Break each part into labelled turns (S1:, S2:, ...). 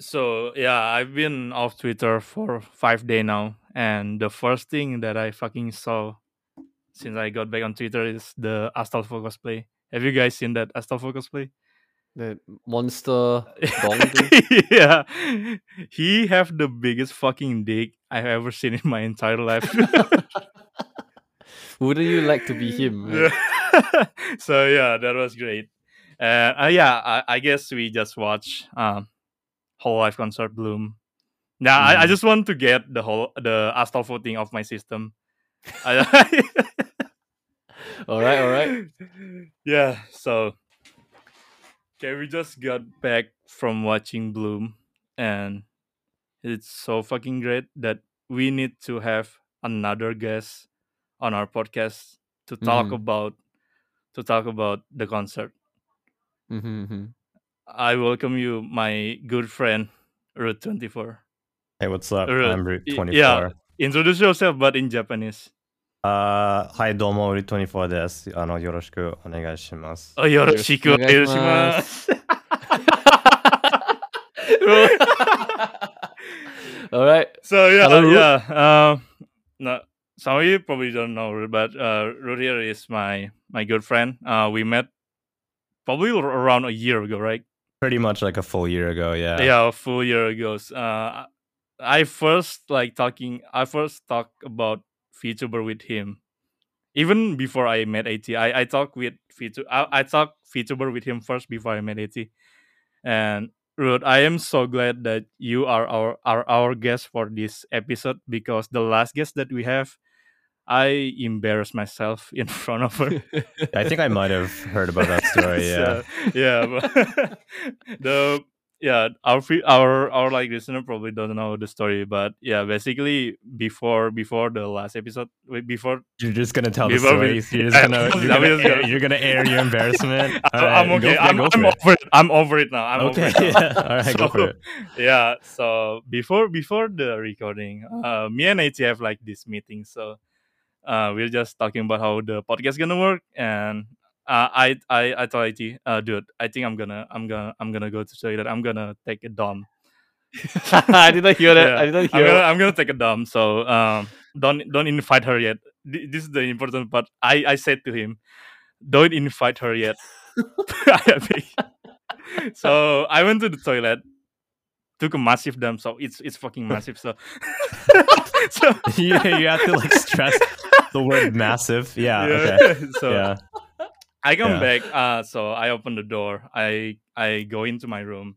S1: So yeah, I've been off Twitter for five day now, and the first thing that I fucking saw since I got back on Twitter is the Astolfo cosplay. Have you guys seen that Astolfo cosplay?
S2: The monster dong thing.
S1: yeah, he have the biggest fucking dick I've ever seen in my entire life.
S2: Wouldn't you like to be him?
S1: Yeah.
S2: man?
S1: so yeah, that was great. Uh, uh, yeah, I, I guess we just watch um, whole life concert Bloom. Now I, I
S2: Mm.
S1: just want to get the whole the Astolfo thing off my system. I-
S2: All right, all right.
S1: yeah. So okay, we just got back from watching Bloom, and it's so fucking great that we need to have another guest on our podcast to talk
S2: Mm-hmm.
S1: about to talk about the concert.
S2: Mm-hmm.
S1: I welcome you, my good friend Root Twenty Four.
S3: Hey, what's up?
S1: Root,
S3: I'm Root
S1: y- yeah.
S3: 24.
S1: Introduce yourself, but in Japanese.
S3: あーはい、どうも、Root 24です。あの、よろしくお願いします。
S1: Oh, yoroshiku
S2: よろしくお願いしま
S1: Hiroshima.
S2: す。All right.
S1: so yeah,
S2: Hello,
S1: uh,
S2: Ruth.
S1: yeah. Um, no, some of you probably don't know, Ruth, but uh, Ruth here is my my good friend. Uh, we met probably ar- around a year ago, right?
S3: Pretty much like a full year ago, yeah.
S1: Yeah, a full year ago. S- Uh, I first like talking. I first talked about VTuber with him. Even before I met AT, I, I talked with VTuber. I, I talked VTuber with him first before I met AT. And Ruth, I am so glad that you are our are our guest for this episode because the last guest that we have, I embarrassed myself in front of her.
S3: I think I might have heard about that story, yeah.
S1: so yeah, but the yeah our fe- our our like listener probably doesn't know the story, but yeah, basically before before the last episode, wait, before
S3: You're just gonna tell the
S1: before we,
S3: stories. You're just
S1: I'm
S3: gonna you're
S1: I'm
S3: gonna
S1: just
S3: air,
S1: gonna.
S3: you're gonna air your embarrassment. All
S1: I'm
S3: right, go
S1: okay.
S3: for, yeah,
S1: I'm
S3: go
S1: I'm
S3: for it.
S1: over it. I'm over it now. I'm over
S3: Okay,
S1: it now.
S3: yeah. All right, go for
S1: so
S3: it.
S1: yeah so before before the recording uh me and it have like this meeting so uh we're just talking about how the podcast gonna work and uh, I I I told IT, uh, dude, I think I'm gonna I'm gonna I'm gonna go to toilet. I'm gonna take a dump.
S2: I did not hear that.
S1: yeah,
S2: I did
S1: I'm
S2: not hear
S1: gonna
S2: what.
S1: I'm gonna take a dump. So um, don't don't invite her yet. Th- This is the important part. I I said to him, don't invite her yet. so I went to the toilet took a massive dump, so it's it's fucking massive. So, so
S3: you, you have to like stress the word massive. Yeah, okay.
S1: yeah. So
S3: Yeah,
S1: I come
S3: yeah.
S1: back. Uh, so I open the door. I I go into my room.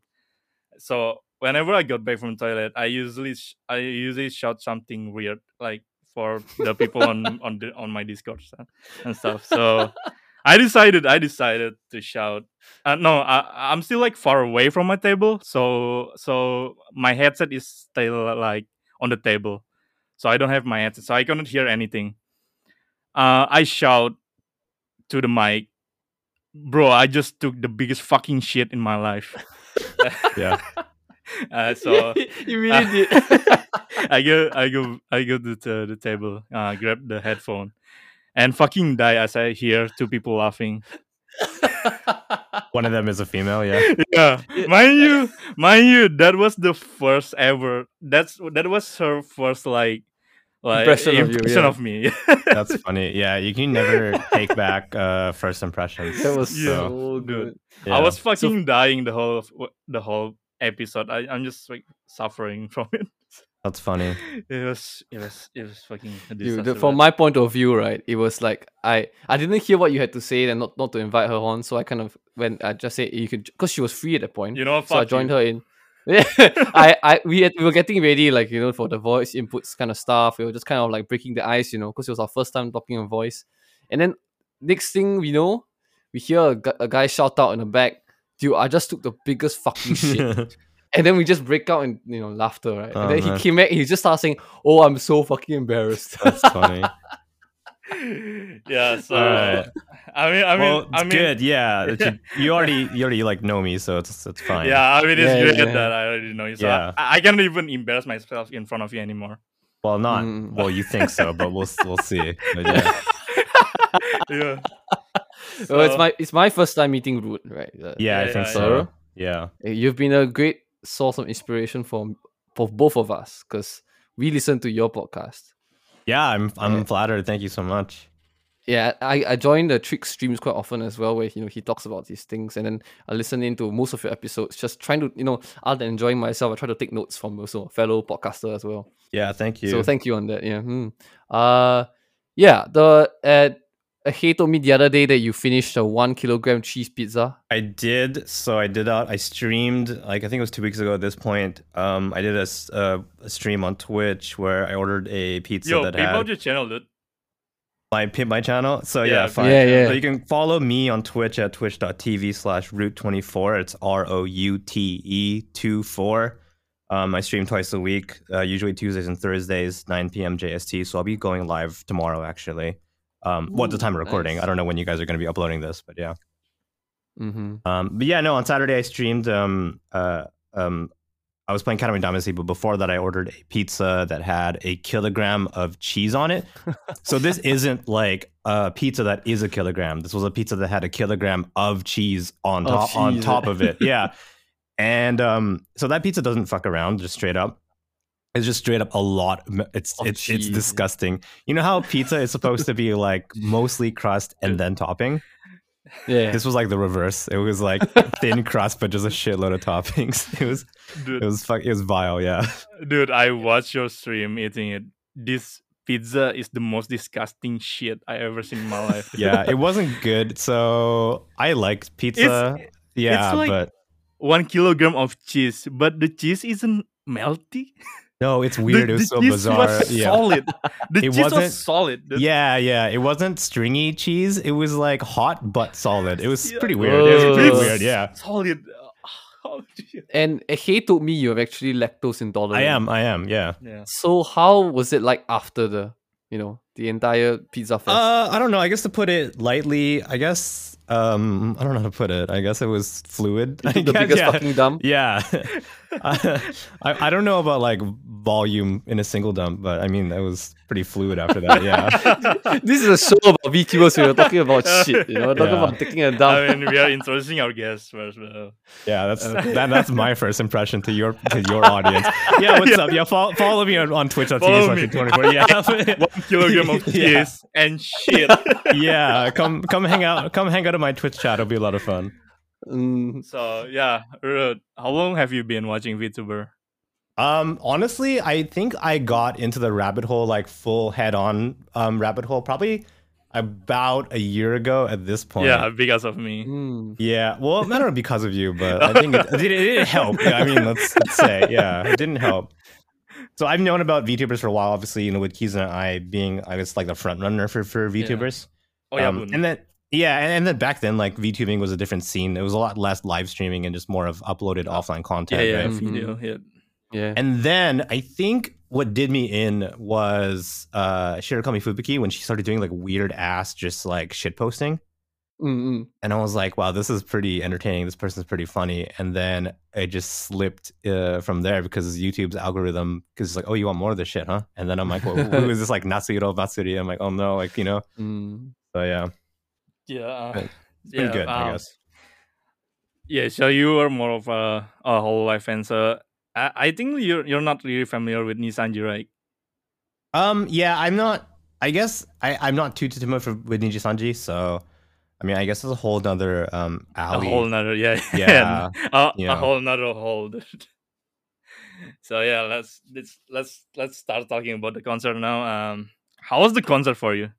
S1: So whenever I got back from toilet, I usually sh- I usually shout something weird, like for the people on on the, on my Discord and and stuff. So I decided I decided to shout. Uh, no, I, I'm still like far away from my table, so so my headset is still like on the table, so I don't have my headset, so I cannot hear anything. Uh, I shout to the mic, bro. I just took the biggest fucking shit in my life.
S3: Yeah.
S1: uh, so
S2: you
S1: uh,
S2: really did.
S1: I go, I go, I go to the, the table, uh, grab the headphone, and fucking die as I hear two people laughing.
S3: One of them is a female, yeah.
S1: yeah,
S2: Yeah,
S1: mind
S2: I-
S1: you, mind you, that was the first ever. That's that was her first like like
S2: Impression of you,
S1: impression
S2: yeah.
S1: of me.
S3: That's funny. Yeah, you can never take back uh first
S2: That
S3: impressions.
S2: was
S1: yeah,
S3: So
S2: so
S1: dude,
S2: good.
S1: I
S3: yeah.
S1: was
S2: So
S1: fucking dying the whole of, the whole episode. I, I'm just like suffering from it.
S3: That's funny.
S1: It was it was it was fucking a
S2: Dude, the-
S1: disaster.
S2: from
S1: But
S2: my point of view, right, it was like I I didn't hear what you had to say and not not to invite her on, so I kind of when I just said you could because she was free at that point,
S1: you know,
S2: so I
S1: Oh, fuck
S2: joined
S1: you.
S2: her in. Yeah, I I we had, we were getting ready like you know for the voice inputs kind of stuff. We were just kind of like breaking the ice, you know, because it was our first time talking on voice. And then next thing we know, we hear a, gu- a guy shout out in the back, "Dude, I just took the biggest fucking shit." And then we just break out in you know laughter, right? And
S3: oh
S2: then he
S3: man,
S2: came back, he just started saying, "Oh, I'm so fucking embarrassed."
S3: that's funny.
S1: yeah.
S3: All
S1: So
S3: right.
S1: I mean, I mean,
S3: Well,
S1: I
S3: it's
S1: mean.
S3: good. Yeah, that you you already you already like know me, so it's it's fine.
S1: Yeah, I mean it's
S2: yeah,
S1: great
S2: yeah.
S1: that I already know you, so I,
S3: Yeah.
S1: I cannot even embarrass myself in front of you anymore.
S3: Well, not
S2: Mm.
S3: well. You think so, but we'll s- we'll see. But yeah,
S1: yeah.
S2: Well, it's
S1: So
S2: my it's my first time meeting Root, right? Uh,
S3: yeah, I
S1: yeah,
S3: think
S1: yeah,
S3: so.
S1: yeah.
S2: so
S3: Yeah,
S2: uh, you've been a great saw some inspiration from for both of us because we listened to your podcast.
S3: Yeah, I'm I'm
S2: Yeah.
S3: flattered. Thank you so much.
S2: Yeah, I, I join the trick streams quite often as well, where you know he talks about these things, and then I listen into most of your episodes, just trying to you know other than enjoying myself, I try to take notes from also a fellow podcaster as well.
S3: Yeah, thank you.
S2: So thank you on that. Yeah. hmm. Uh, yeah. The uh, he told me the other day that you finished a one kilogram cheese pizza.
S3: I did. So I did out. I streamed like I think it was two weeks ago at this point. Um, I did a, s- uh, a stream on Twitch where I ordered a pizza
S1: Yo,
S3: that
S1: people
S3: had
S1: your channel, dude.
S3: my pi- my channel. So
S1: Yeah,
S3: Oh, yeah,
S1: okay.
S3: fine.
S2: Yeah, yeah.
S3: So you can follow me on Twitch at twitch.tv slash root twenty four. It's R O U T E two four. Um, I stream twice a week, uh, usually Tuesdays and Thursdays, 9 p.m. JST. So I'll be going live tomorrow, actually. Um, well, at the
S2: Ooh,
S3: time of recording,
S2: nice.
S3: I don't know when you guys are going to be uploading this, but yeah.
S2: Mm-hmm.
S3: Um, but yeah, no, on Saturday I streamed. Um, uh, um, I was playing Catamaran Dynasty, but before that I ordered a pizza that had a kilogram of cheese on it. so this isn't like a pizza that is a kilogram. This was a pizza that had a kilogram of cheese on
S2: Of
S3: top on
S2: cheese.
S3: top of it. Yeah. And um, so that pizza doesn't fuck around, just straight up. It's just straight up a lot. It's
S2: Of
S3: it's
S2: cheese,
S3: it's
S2: yeah.
S3: disgusting. You know how pizza is supposed to be like mostly crust and then topping?
S2: Yeah.
S3: This was like the reverse. It was like thin crust, but just a shitload of toppings. It was it
S1: Dude,
S3: was fuck it was vile. Yeah,
S1: dude, I watched your stream eating it. This pizza is the most disgusting shit I ever seen in my life.
S3: yeah. It wasn't good. So I liked pizza. yeah,
S1: it's like-
S3: but
S1: One kilogram of cheese, but the cheese isn't melty.
S3: no, it's weird.
S1: The,
S3: it was
S1: the
S3: so
S1: cheese
S3: bizarre.
S1: was
S3: yeah.
S1: solid. The
S3: It
S1: cheese
S3: wasn't-
S1: was solid. dude.
S3: yeah, yeah. It wasn't stringy cheese. It was like hot but solid. It was
S1: Yeah. Oh.
S3: pretty weird. It was pretty
S2: Whoa.
S3: weird. Yeah,
S1: Solid. Oh, shit.
S2: And he told me you're actually lactose intolerant.
S3: I am. I am. Yeah.
S1: yeah.
S2: So how was it like after the you know the entire pizza fest?
S3: Uh, I don't know. I guess to put it lightly, I guess um, I don't know how to put it. I guess it was fluid. I
S2: You took the
S3: guess,
S2: biggest
S3: yeah.
S2: fucking dump.
S3: Yeah. I, I don't know about like volume in a single dump, but I mean, that was pretty fluid after that. Yeah.
S2: this is a show about VTubers. So you're talking about shit. You know, We're talking
S3: Yeah.
S2: about taking a dump.
S1: I mean, we are introducing our guests first. uh, Bro.
S3: Yeah. That's that, that's my first impression to your to your audience. Yeah. What's up? Yeah. Follow, follow me on, on Twitch.
S1: Follow me.
S3: slash 24. Yeah.
S1: One kilogram of
S3: Yeah.
S1: cheese and shit.
S3: yeah. Come come hang out. Come hang out at my Twitch chat. It'll be a lot of fun.
S2: Mm,
S1: so yeah, Ruth, how long have you been watching VTuber?
S3: Um, honestly, I think I got into the rabbit hole like full head on um rabbit hole probably about a year ago at this point.
S1: Yeah, because of
S3: Um,
S1: me.
S2: mm.
S3: Yeah, well, not only because of you, but I think it, it, it didn't help. Yeah, I mean, let's, let's say, yeah, it didn't help. So I've known about VTubers for a while, obviously, you know, with Keys and I being, I guess, like the front runner for, for VTubers.
S1: Oh yeah,
S3: Um,
S1: Boon.
S3: and then, yeah, and, and then back then, like, VTubing was a different scene. It was a lot less live streaming and just more of uploaded offline
S1: yeah,
S3: content.
S1: Uh, yeah,
S3: right?
S2: Mhm.
S1: video. Yeah.
S2: Yeah.
S3: And then I think what did me in was uh, Shirakami Fubuki when she started doing like weird ass, just like shit posting
S2: Mm-mm.
S3: and I was like, wow, this is pretty entertaining. This person's pretty funny. And then it just slipped uh, from there because YouTube's algorithm, because it's like, oh, you want more of this shit, huh? And then I'm like, well, who is this like Natsuhiro Matsuri? I'm like, oh no, like, you know?
S2: Mm.
S3: So yeah,
S1: Yeah. uh,
S3: Pretty
S1: yeah,
S3: pretty good, I
S1: um,
S3: guess.
S1: Yeah, so you are more of a, a whole life answer. I, I think you're you're not really familiar with Nisanji, right?
S3: Um, yeah, I'm not, I guess I, I'm not too too much with Niji Sanji. So, I mean, I guess it's a whole nother um,
S1: A
S3: alley.
S1: whole nother, yeah,
S3: Yeah,
S1: a,
S3: yeah.
S1: a whole nother hole. dude. so yeah, let's let's let's let's start talking about the concert now. Um, how was the concert for you?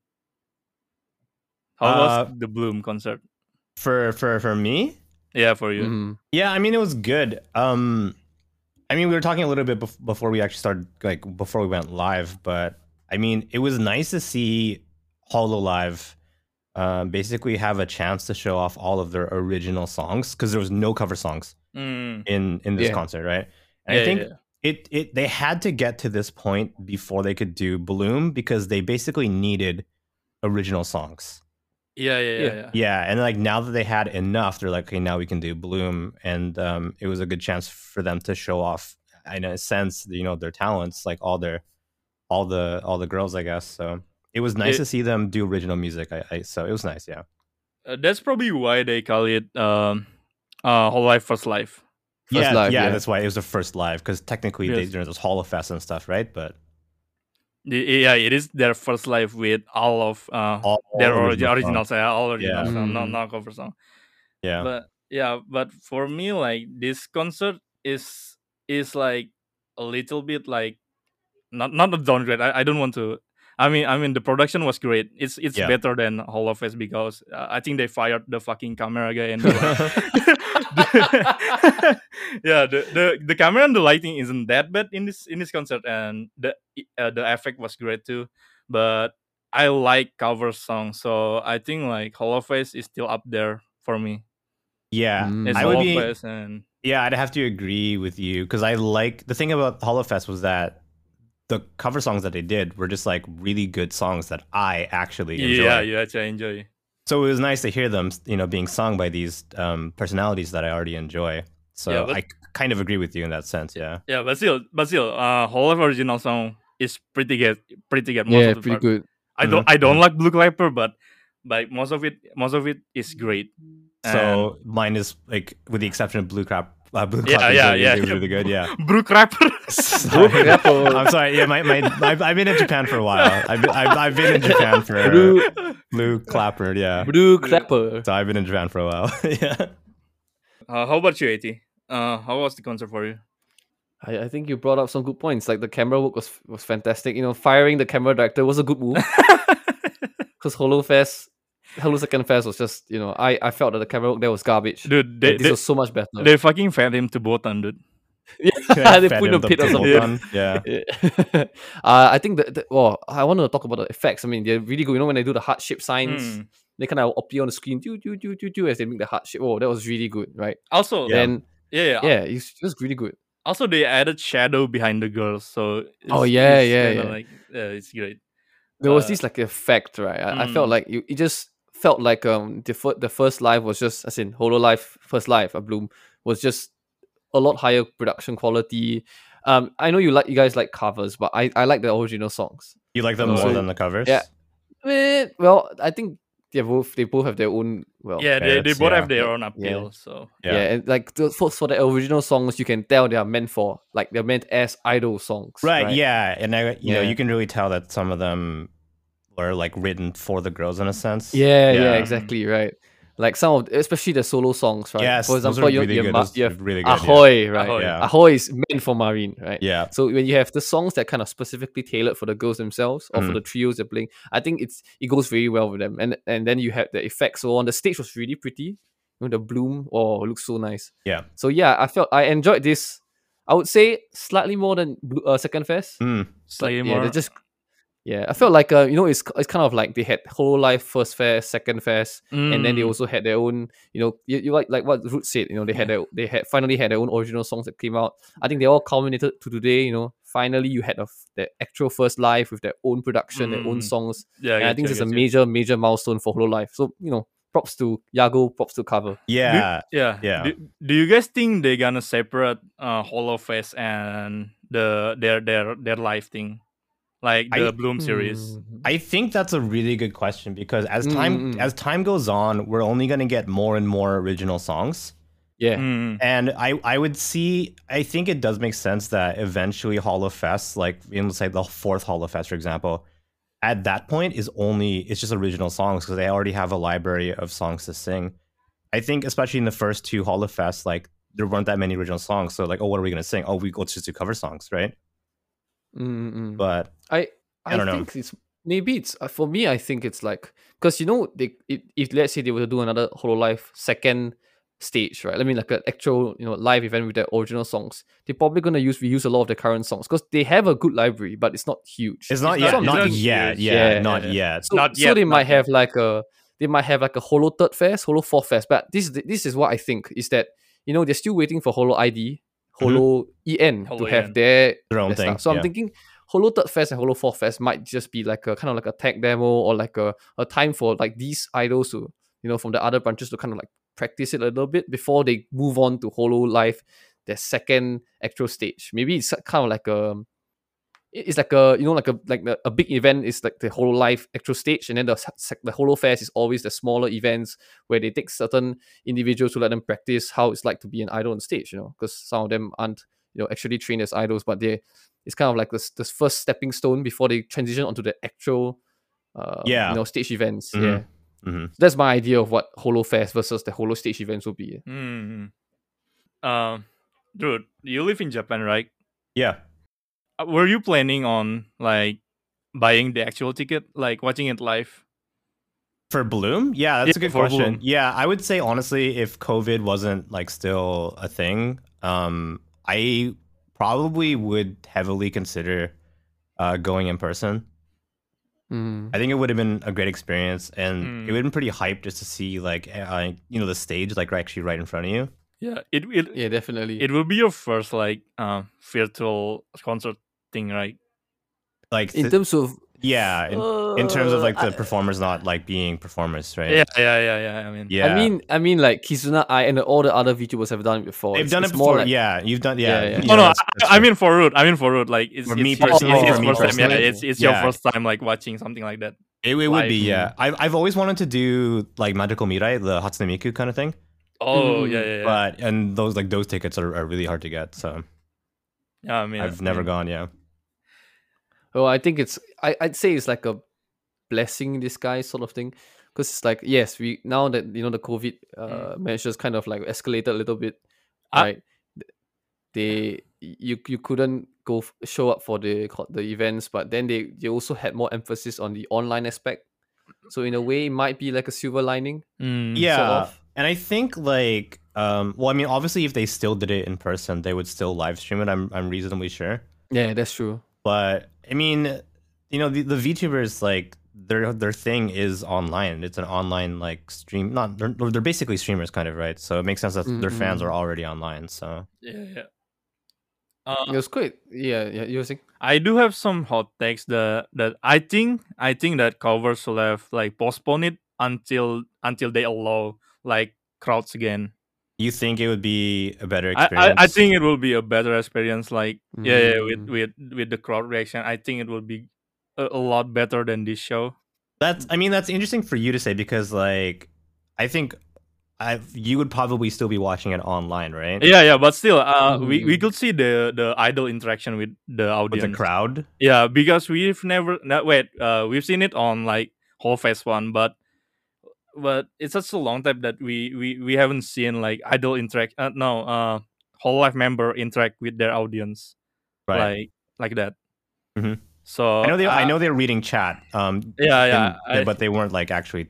S1: How
S3: Uh,
S1: was the Bloom concert?
S3: For, for, for me,
S1: Yeah, for
S3: Mm-hmm.
S1: you.
S2: Mm.
S3: Yeah, I mean it was good. Um I mean we were talking a little bit bef- before we actually started like before we went live, but I mean it was nice to see HoloLive um basically have a chance to show off all of their original songs cuz there was no cover songs
S1: Mm.
S3: in in this
S2: Yeah.
S3: concert, right? And
S1: Yeah,
S3: I think
S1: yeah,
S3: it it they had to get to this point before they could do Bloom because they basically needed original songs.
S1: yeah, yeah, yeah,
S2: Yeah.
S1: yeah.
S3: Yeah, and like now that they had enough, they're like, okay, now we can do Bloom, and um, it was a good chance for them to show off, in a sense, you know, their talents, like all their, all the all the girls, I guess. So it was nice
S1: It-
S3: to see them do original music. I, I so it was nice, yeah.
S1: Uh, that's probably why they call it um, uh, whole life first life.
S2: First
S3: yeah,
S2: live,
S3: yeah,
S2: yeah.
S3: that's why it was the first live because technically they
S1: Yes.
S3: did those Hall of Fest and stuff, right? But
S1: Y- Yeah, it is their first live with all of uh,
S3: all
S1: their
S3: original
S1: origi-
S3: songs.
S1: original song, all original
S2: Yeah.
S1: song, not
S2: Mm.
S1: not cover song.
S3: Yeah,
S1: But yeah, but for me, like this concert is is like a little bit like not not a downgrade. I, I don't want to. I mean, I mean, the production was great. It's it's
S3: Yeah.
S1: better than Hall of Fest because uh, I think they fired the fucking camera guy and. the- yeah, the, the the camera and the lighting isn't that bad in this in this concert, and the uh, the effect was great too. But I like cover songs, so I think like Hall of Face is still up there for me.
S3: yeah,
S2: Mm.
S1: It's
S3: Hmm, I
S1: Hall
S3: would
S1: of
S3: be.
S1: Face and
S3: Yeah, I'd have to agree with you because I like the thing about Holofest was that the cover songs that they did were just like really good songs that I actually enjoy.
S1: yeah, yeah, I enjoy.
S3: So it was nice to hear them, you know, being sung by these um, personalities that I already enjoy. So
S1: Yeah, but-
S3: I kind of agree with you in that sense. Yeah.
S1: Yeah, but still, but still, uh, Hall of original song is pretty good, pretty good. Most
S2: yeah,
S1: of the
S2: pretty
S1: part.
S2: good.
S1: I don't,
S3: Uh-huh.
S1: I don't like Blue Clapper, but like most of it, most of it is great.
S3: So mine is like, with the exception of Blue Crap. Uh, Blue
S1: Yeah,
S3: Clap is
S1: yeah,
S3: really,
S1: yeah.
S3: really, really good. Yeah.
S1: And Blue Clapper.
S3: Sorry.
S2: Crap.
S3: I'm sorry. Yeah, my, my, I've, I've been in Japan for a while. I've, I've, I've been in Japan for
S2: Blue,
S3: Blue Clapper. Yeah.
S2: blue clapper.
S3: So I've been in Japan for a while. yeah.
S1: Uh, how about you, AT? Uh, how was the concert for you?
S2: I, I think you brought up some good points. Like the camera work was was fantastic. You know, firing the camera director was a good move because Holofest, Hello Second Fest was just you know I, I felt that the camera work there was garbage.
S1: Dude,
S2: Like,
S1: they,
S2: this
S1: they,
S2: was so much better.
S1: they fucking fed him to Botan, dude.
S2: They
S3: Fed
S2: put
S3: him
S2: a pit or
S3: purple
S1: something.
S3: bun. Yeah.
S2: Yeah. uh, I think that, that well, I want to talk about the effects. I mean, they're really good. You know, when they do the heart shape signs,
S1: Hmm.
S2: they kind of appear on the screen, do do do do do, as they make the heart shape. Oh, that was really good, right?
S1: Also, yeah.
S2: Then
S1: Yeah,
S2: yeah, it's just really good.
S1: Also, they added shadow behind the girls, so it's,
S2: Oh, yeah,
S1: it's
S2: yeah,
S1: kinda
S2: yeah.
S1: like yeah, it's great.
S2: There was
S1: Uh,
S2: this like effect, right? I, I
S1: mm.
S2: felt like you, it just felt like um the fir- the first live was just as in Holo Life first live a Bloom was just a lot higher production quality. Um, I know you like you guys like covers, but I I like the original songs.
S3: You like them
S1: Oh,
S3: more
S1: so-
S3: than the covers?
S2: yeah. Eh, well, I think they both they both have their own well
S1: yeah, they, they
S3: that's-
S1: both
S3: yeah.
S1: have their own appeal. So
S2: yeah,
S3: Yeah.
S2: and like the, for, for the original songs you can tell they are meant for like they're meant as idol songs
S3: Right, Yeah. And I, you
S2: Yeah.
S3: know, you can really tell that some of them were like written for the girls in a sense.
S2: yeah yeah,
S3: Yeah.
S2: exactly right like some of especially the solo songs right
S3: Yes.
S2: for
S3: those
S2: example
S3: are
S2: you,
S3: really
S2: you,
S3: good.
S2: have Ma-
S3: those
S2: you
S3: are
S2: have
S3: really good. yeah.
S2: ahoy right
S1: Ahoy.
S3: Yeah.
S2: ahoy is meant for marine right
S3: Yeah.
S2: so when you have the songs that kind of specifically tailored for the girls themselves or for
S3: Mm.
S2: the trios they're playing i think it's it goes very well with them and and then you have the effects so on the stage was really pretty you know, the bloom oh it looks so nice
S3: Yeah.
S2: so yeah i felt i enjoyed this i would say slightly more than Blo- uh, second fest
S3: Mm,
S1: slightly
S2: yeah,
S1: more.
S2: they're just yeah. I felt like uh, you know, it's it's kind of like they had whole life first fest, second fest, and then they
S1: Mm,
S2: also had their own. You know, you, you like like what Root said. You know, they had their they had finally had their own original songs that came out. I think they all culminated to today. You know, finally you had a f- the actual first live with their own production, their own
S1: Mm.
S2: songs.
S1: yeah,
S2: and I
S1: get
S2: think
S1: you,
S2: this is a
S1: get you.
S2: major major milestone for Holo Life. So you know, props to Yago, props to Cover.
S3: yeah.
S1: Yeah,
S3: Yeah.
S1: Do, do you guys think they're gonna separate uh, Hall of Face and the their their their live thing, like
S3: I-
S1: the Bloom series?
S2: Mm.
S3: I think that's a really good question because as time
S2: Mm, mm, mm.
S3: as time goes on, we're only going to get more and more original songs.
S2: Hmm. Yeah.
S1: Mm.
S3: And I, I would see, I think it does make sense that eventually Hall of Fest, like in let's say the fourth Hall of Fest, for example, at that point is only it's just original songs because they already have a library of songs to sing. I think especially in the first two Hall of Fest, like there weren't that many original songs. So like, oh, what are we gonna sing? Oh, we let's just do cover songs, right?
S2: Mm, mm.
S3: But
S2: I I,
S3: I don't know.
S2: think it's maybe it's uh, for me. I think it's like because you know they if, if let's say they were to do another Hololive second stage, right? I mean like an actual you know live event with their original songs. They're probably gonna use reuse a lot of their current songs because they have a good library, but it's not huge.
S3: it's
S1: not-
S3: not yet,
S1: it's
S3: not,
S1: not
S3: yet,
S1: huge.
S3: yeah,
S2: Yeah.
S3: not
S1: Yeah.
S3: yet.
S2: so,
S1: not
S2: so
S1: yet,
S2: they
S1: not
S2: might
S1: yet.
S2: have like a they might have like a Holo third fest, Holo fourth fest. But this is the- this is what I think is that you know they're still waiting for Holo ID,
S3: Mm-hmm.
S2: Holo EN
S3: E
S1: Holo
S2: to have
S1: EN.
S2: their
S3: Their own
S2: their
S3: thing.
S2: stuff. So
S3: yeah.
S2: I'm thinking Holo Third Fest and Holo Fourth Fest might just be like a kind of like a tech demo or like a, a time for like these idols to you know from the other branches to kind of like practice it a little bit before they move on to Holo Life, their second actual stage. Maybe it's kind of like a it- it's like a you know like a like the, a big event is like the whole life actual stage, and then the s- sec- the Holo Fest is always the smaller events where they take certain individuals to let them practice how it's like to be an idol on stage. You know, because some of them aren't you know actually trained as idols, but they it's kind of like this this first stepping stone before they transition onto the actual uh,
S3: Yeah.
S2: you know stage events.
S3: Mhm.
S2: Yeah,
S3: Mhm.
S2: So that's my idea of what Holo Fest versus the Holo stage events will be.
S1: Mm. Um, dude, you live in Japan, right?
S3: Yeah.
S1: Uh, Were you planning on like buying the actual ticket, like watching it live?
S3: For Bloom? Yeah, that's
S1: Yeah,
S3: a good
S1: for
S3: question.
S1: Bloom.
S3: Yeah, I would say honestly, if COVID wasn't like still a thing, um, I probably would heavily consider uh, going in person.
S2: Mm.
S3: I think it would have been a great experience, and
S1: Mm.
S3: it would have been pretty hype just to see like uh, you know the stage like actually right in front of you.
S1: Yeah, it it
S2: Yeah, definitely.
S1: it will be your first like uh, virtual concert thing, right?
S3: Like
S2: in
S3: th-
S2: terms of
S3: yeah, in, in terms of
S2: uh,
S3: like the
S2: I-
S3: performers not like being performers, right?
S1: Yeah, yeah, yeah, yeah. I mean,
S3: yeah.
S2: I mean, I mean, like Kizuna, I and all the other VTubers have done it before.
S3: they've
S2: It's-
S3: done
S2: it's
S3: it
S2: more
S3: before.
S2: like-
S3: yeah, you've done. Yeah.
S2: Yeah, yeah.
S3: you
S1: Oh
S3: know,
S1: no,
S3: that's- that's
S1: I, I
S3: true.
S1: mean for Ruth. I mean for Ruth. Like it's
S3: For
S1: it's
S3: me
S1: your-
S2: personally,
S1: it's
S2: for
S1: his
S2: me
S1: first time. Yeah,
S2: personally.
S1: it's it's
S3: Yeah.
S1: your first time like watching something like that.
S3: It, it would
S1: Live.
S3: be, yeah. I've, I've always wanted to do like Magical Mirai, the Hatsune Miku kind of thing,
S1: Oh
S2: Mm,
S1: yeah, yeah, yeah.
S3: but and those like those tickets are, are really hard to get. So
S1: yeah, I mean,
S3: I've
S1: I
S3: never
S1: mean,
S3: gone. Yeah,
S2: Well, I think it's I, I'd say it's like a blessing in disguise sort of thing. Because it's like, yes, we now that you know the COVID uh,
S3: Hmm.
S2: measures kind of like escalated a little bit,
S1: Ah.
S2: right? They you you couldn't go f- show up for the co- the events, but then they they also had more emphasis on the online aspect. So in a way, it might be like a silver lining.
S1: Mm,
S3: yeah.
S2: of.
S3: And I think like, um, well, I mean, obviously, if they still did it in person, they would still live stream it. I'm I'm reasonably sure.
S2: Yeah, that's true.
S3: But I mean, you know, the, the VTubers like their their thing is online. It's an online like stream. Not they're, they're basically streamers kind of right. So it makes sense that their fans
S1: Mm-hmm.
S2: Mm-mm.
S3: are already online. So
S1: yeah, yeah. Uh,
S2: It was quite yeah yeah. You were saying
S1: I do have some hot takes that that I think I think that covers should have like postpone it until until they allow like crowds again.
S3: you think it would be a better
S1: I,
S3: experience?
S1: I I think it will be a better experience. Like yeah, yeah, with
S2: Mm.
S1: with with the crowd reaction, I think it will be a, a lot better than this show.
S3: That's I mean that's interesting for you to say because like I think I you would probably still be watching it online, right?
S1: Yeah, yeah, but still, uh, we, we
S2: Mm.
S1: could see the the idol interaction with the
S3: With
S1: audience.
S3: the crowd.
S1: Yeah, because we've never no, wait. Uh, we've seen it on like whole Fest one, but but it's such a long time that we we, we haven't seen like idol interact. Uh, no, uh, whole life member interact with their audience like like that.
S3: Mhm.
S1: So
S3: I know they I
S1: uh,
S3: know they're reading chat. Um
S1: Yeah, yeah,
S3: and-
S1: I-
S3: but they weren't like actually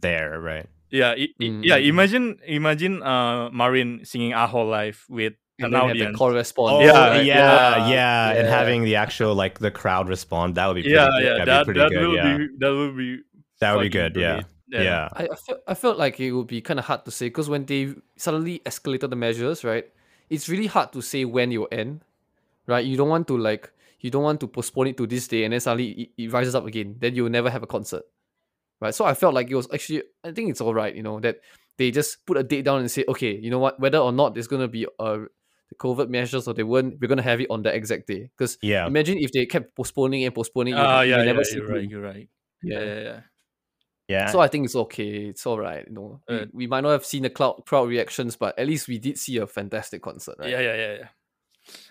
S3: there, right?
S1: Yeah, i- i- yeah.
S3: Mm-hmm.
S2: Mm.
S1: Imagine imagine uh Marin singing a whole life with an
S2: and then have the Oh,
S1: audience.
S2: call response.
S1: yeah,
S3: Oh, yeah,
S2: right?
S3: yeah, And
S2: yeah.
S3: having the actual like the crowd respond, that would be pretty
S1: yeah,
S3: good.
S1: yeah.
S3: That'd
S1: That
S3: be pretty
S1: that
S3: good.
S1: will
S3: yeah.
S1: be that will be
S3: that would be
S1: fucking
S3: good. Yeah.
S1: great.
S3: Yeah.
S2: I, I, felt, I felt like it would be kind of hard to say because when they suddenly escalated the measures, right? It's really hard to say when it will end, right? You don't want to like you don't want to postpone it to this day and then suddenly it, it rises up again. Then you'll never have a concert, right? So I felt like it was actually I think it's all right, you know, that they just put a date down and say, okay, you know what, whether or not there's gonna be uh the COVID measures or they weren't, we're gonna have it on the exact day. Because
S3: Yeah.
S2: imagine if they kept postponing and postponing, it,
S1: Oh
S2: you
S1: yeah,
S2: never
S1: yeah.
S2: see
S1: You're
S2: Bloom.
S1: right. You're right. Yeah, yeah, yeah.
S3: Yeah.
S2: So I think it's okay. It's all right. You know,
S1: Uh,
S2: we, we might not have seen the cloud, crowd reactions, but at least we did see a fantastic concert, right?
S1: Yeah, yeah, yeah, yeah.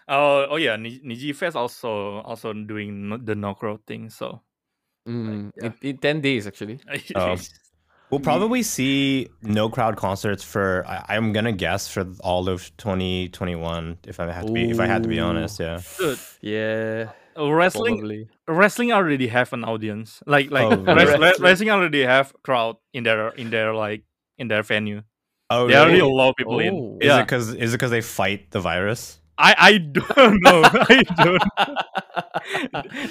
S1: Oh, oh yeah. Ni- Niji Fest also also doing n- the no crowd thing. So
S2: Mm,
S1: yeah.
S2: In, in ten days, actually.
S3: Oh. We'll probably see no crowd concerts for I, I'm gonna guess for all of 2021 if I have to be if I had to be honest yeah
S1: Dude,
S2: Yeah,
S1: Oh, wrestling
S2: probably.
S1: wrestling already have an audience. Like like
S3: Oh,
S1: wres-
S2: really?
S1: wres- wrestling already have crowd in their in their like in their venue.
S3: oh
S1: They already allow people in.
S2: Oh.
S3: is
S1: Yeah.
S3: it because is it because they fight the virus
S1: I I don't know. I don't.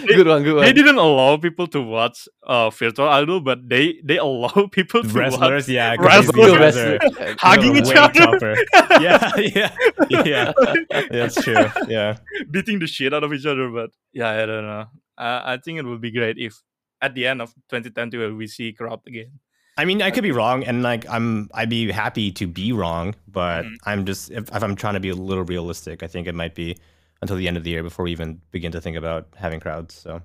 S2: good one, good
S1: They
S2: one.
S1: didn't allow people to watch uh virtual idol, but they they allow people to watch.
S3: wrestlers yeah 'cause these
S1: Wrestlers.
S3: guys
S2: Wrestling.
S3: are-
S2: Yeah,
S1: hugging
S2: no,
S1: each
S3: way
S1: other.
S3: tougher. yeah yeah yeah that's true yeah
S1: beating the shit out of each other. But yeah, I don't know. I, I think it would be great if at the end of 2020 where we see corrupt again.
S3: I mean I could be wrong and like I'm I'd be happy to be wrong but
S1: Mhm.
S3: I'm just if, if I'm trying to be a little realistic I think it might be until the end of the year before we even begin to think about having crowds. So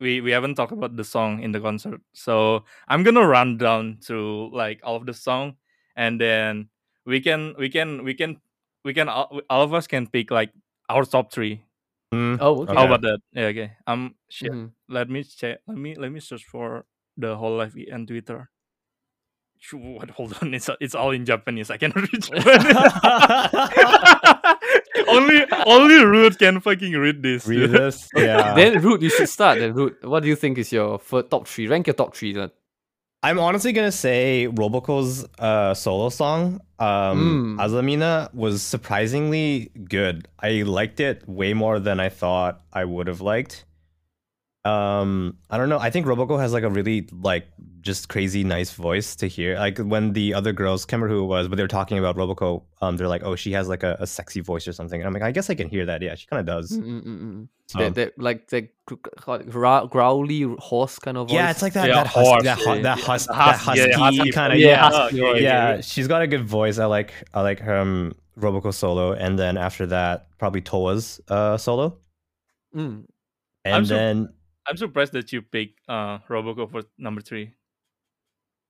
S1: we we haven't talked about the song in the concert so i'm gonna run down through like all of the song and then we can we can we can we can all, all of us can pick like our top three
S3: mm,
S2: Oh, okay.
S1: how
S3: Okay.
S1: about that yeah okay um shit
S2: Mhm.
S1: let me check let me let me search for the whole life and twitter Shoo, what hold on it's it's all in japanese i cannot read Japanese. only only root can fucking read this dude.
S3: read this. Yeah.
S2: Then Root, you should start. Then Root, what do you think is your fir- top three? Rank your top three. Then.
S3: I'm honestly gonna say Robocall's uh, solo song, um,
S2: Mm.
S3: Azamina, was surprisingly good. I liked it way more than I thought I would have liked. Um, I don't know. I think Roboco has like a really like just crazy nice voice to hear. Like when the other girls, can't remember who it was, but they were talking about Roboco. Um, they're like, "Oh, she has like a, a sexy voice or something." And I'm like, I guess I can hear that. Yeah, she kind of does.
S2: Mm, mm, mm, mm.
S3: So-
S2: That, that like that gr- gr- growl- growly horse kind of voice.
S3: yeah, it's like that
S1: Yeah,
S3: that husky,
S1: horse,
S3: that, hu-
S1: yeah,
S3: that,
S1: yeah,
S3: hus-
S1: the
S3: that
S1: husky- yeah, yeah,
S3: husky
S1: husky,
S3: kind of
S2: yeah,
S3: yeah.
S2: husky,
S1: okay, okay.
S3: yeah, she's got a good voice. I like I like her um, Roboco solo, and then after that, probably Toa's uh, solo,
S2: Mm.
S3: and
S1: I'm sur-
S3: then
S1: I'm surprised that you picked uh Roboco for number three.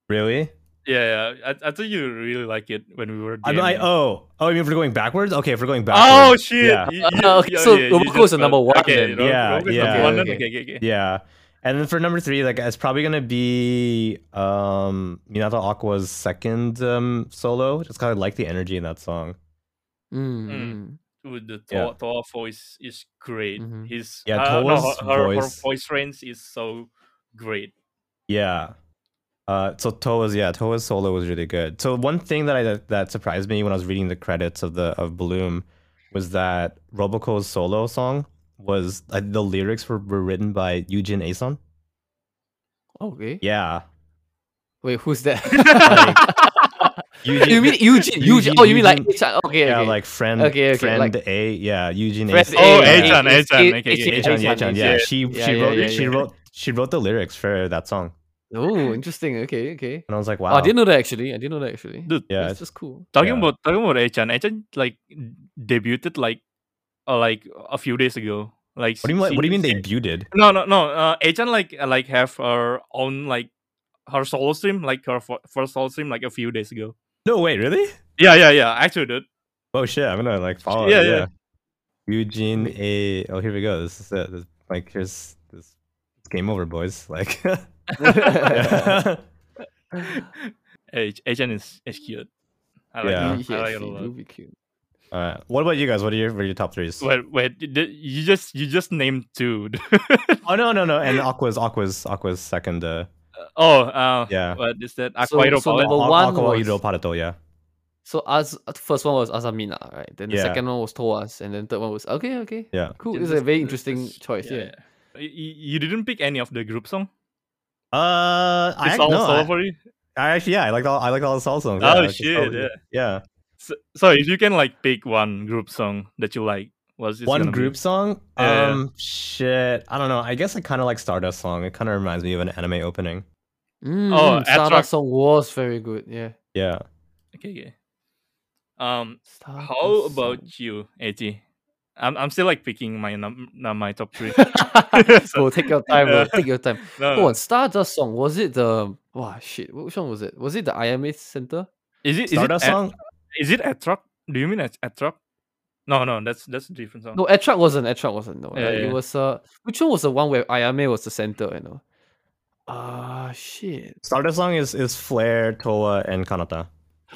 S3: really,
S1: Yeah, yeah. I, I thought you really like it when we were.
S3: I, I
S1: DMing.
S3: oh oh, you mean if we're going backwards? Okay, if we're going
S1: oh
S3: backwards,
S1: shit!
S3: yeah,
S1: You-
S2: Uh,
S1: you-
S2: okay, so
S1: you
S2: Roboco is
S1: just
S2: the number
S1: got-
S2: one
S1: Okay,
S2: then.
S1: Ro-
S3: Yeah,
S1: Roboco is
S3: yeah.
S1: number one. then?
S2: Okay,
S1: Okay, okay, okay.
S3: yeah. And then for number three, like it's probably gonna be um Minato Aqua's second um solo. Just kind of like the energy in that song.
S2: Mm,
S1: Mm. With the
S3: Yeah.
S1: Toa,
S3: Mm-hmm.
S1: Toa voice is great.
S2: Mhm.
S1: His
S3: Yeah,
S1: uh, no,
S3: Toa's
S1: her, her- her
S3: voice-
S1: voice range is so great.
S3: Yeah. Uh, so Toa's yeah, Toa's solo was really good. So one thing that I that surprised me when I was reading the credits of the of Bloom was that Roboco's solo song was uh, the lyrics were, were written by Eugene Ason.
S2: mm. Okay.
S3: Yeah,
S2: Wait, who's that?
S3: Eugene,
S2: you mean Eugene? Eugene?
S3: Eugene-
S2: Oh, you mean like
S3: Eugene-
S2: H- okay,
S3: yeah,
S2: okay.
S3: like friend
S2: Okay, okay,
S3: friend
S2: like-
S3: A yeah Eugene
S2: Press
S3: Ason.
S1: A, Oh,
S2: A,
S1: Achan,
S2: A,
S1: Achan,
S2: A,
S1: okay, okay,
S2: Achan,
S1: Achan,
S2: Achan,
S3: Achan,
S2: Achan.
S3: yeah, she
S2: Yeah,
S3: she
S2: yeah,
S3: wrote
S2: yeah,
S3: she
S2: yeah.
S3: wrote she wrote the lyrics for that song,
S2: Oh, interesting. Okay, okay.
S3: and I was like,
S2: Oh,
S3: wow,
S2: I didn't know that actually. I didn't know that actually.
S1: Dude,
S3: yeah,
S2: that's
S3: it's-
S2: just cool.
S1: Talking
S3: Yeah.
S1: about talking about Achan, Achan like debuted like uh, like a few days ago. Like
S3: what do you mean?
S1: she-
S3: What do you mean
S1: she-
S3: they debuted?
S1: No, no, no. Uh, Achan like like have her own like her solo stream, like her fir- first solo stream, like a few days ago.
S3: No, wait, really?
S1: Yeah, yeah, yeah. Actually, dude.
S3: Oh shit, I'm gonna like follow.
S1: Yeah,
S3: it,
S1: yeah.
S3: Eugene A. Oh, here we go. This is it. This, like, here's this. It's game over, boys. Like, yeah.
S1: Ach- Achan is is cute. I like
S3: Yeah.
S1: it. I like it a lot.
S2: be cute.
S3: All right. What about you guys? What are your, what are your top threes?
S1: Wait, wait. you did- You just you just named two. dude.
S3: Oh no, no, no. And Aqua's Aqua's Aqua's second. Uh,
S1: oh, uh,
S3: Yeah.
S1: What is that?
S2: So-
S1: Aquairo
S2: so
S1: Palette?
S2: number
S3: Aqua-
S2: one
S3: Aqua
S2: was-
S3: Ido Parato, yeah.
S2: So as first one was Azamina, right? Then the
S3: Yeah.
S2: second one was Toas, and then third one was okay, okay.
S3: Yeah.
S2: Cool.
S1: Yeah,
S2: This is
S1: this-
S2: a very
S1: this-
S2: interesting
S1: this-
S2: choice. Yeah.
S1: Y- y- You didn't pick any of the group song.
S3: Uh, I
S1: It's all
S3: no,
S1: solo
S3: I,
S1: for you.
S3: I actually yeah, I liked all I liked all the soul songs.
S1: Oh,
S3: yeah, I just
S1: shit,
S3: totally-
S1: yeah.
S3: yeah.
S1: So, so if you can like pick one group song that you like, what's it
S3: One
S1: gonna be?
S3: group song.
S1: Yeah.
S3: Um, shit. I don't know. I guess I kind of like Stardust song. It kind of reminds me of an anime opening.
S2: Mm,
S1: Oh, Atrax-
S2: Stardust song was very good. Yeah.
S3: Yeah.
S1: Okay, okay. Um,
S2: Stardust
S1: how
S2: song.
S1: about you, At? I'm I'm still like picking my num- num- my top three.
S2: Bro, take your time, bro. Take your time.
S1: No,
S2: Oh,
S1: no.
S2: and Stardust song was it the wow shit? Which one was it? Was it the IMA Center?
S1: Is it is
S3: Stardust
S1: it, At-
S3: song.
S1: Is it Atroc? Do you mean At- Atroc? No, no, that's that's a different song.
S2: No, Atrak wasn't. Atrak wasn't. No,
S1: Yeah,
S2: Like,
S1: yeah.
S2: it was. Uh, which one was the one where Ayame was the center? You know. Ah shit.
S3: Stardust song is is Flare, Toa, and Kanata.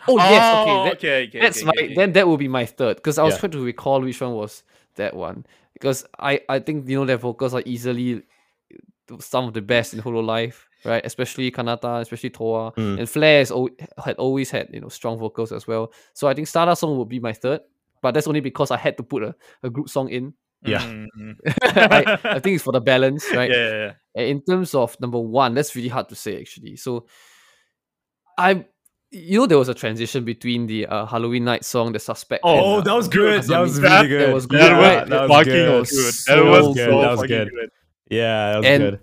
S2: Oh, yes. Okay. that-
S1: okay, okay.
S2: that's
S1: okay,
S2: my
S1: okay.
S2: then that will be my third because I was
S3: Yeah.
S2: trying to recall which one was that one because I I think you know their vocals are easily some of the best in Hololive, right? Especially Kanata, especially Toa,
S3: Mm.
S2: and Flair has al- had always had you know strong vocals as well. So I think Stardust song would be my third, but that's only because I had to put a, a group song in.
S3: Yeah.
S1: Mm, mm.
S2: I, I think it's for the balance, right?
S1: Yeah, yeah, yeah.
S2: And in terms of number one, that's really hard to say actually. So I you know there was a transition between the uh, Halloween night song, the suspect. and,
S1: Oh,
S2: uh,
S3: that was good. That was
S2: Azami.
S1: That-
S3: really
S1: that
S3: good.
S2: was good,
S1: That
S2: right?
S1: was fucking
S3: good.
S1: good. That
S2: So
S1: was
S3: good.
S1: so
S3: That was
S1: fucking
S3: good. Yeah, that was
S2: And-
S3: good.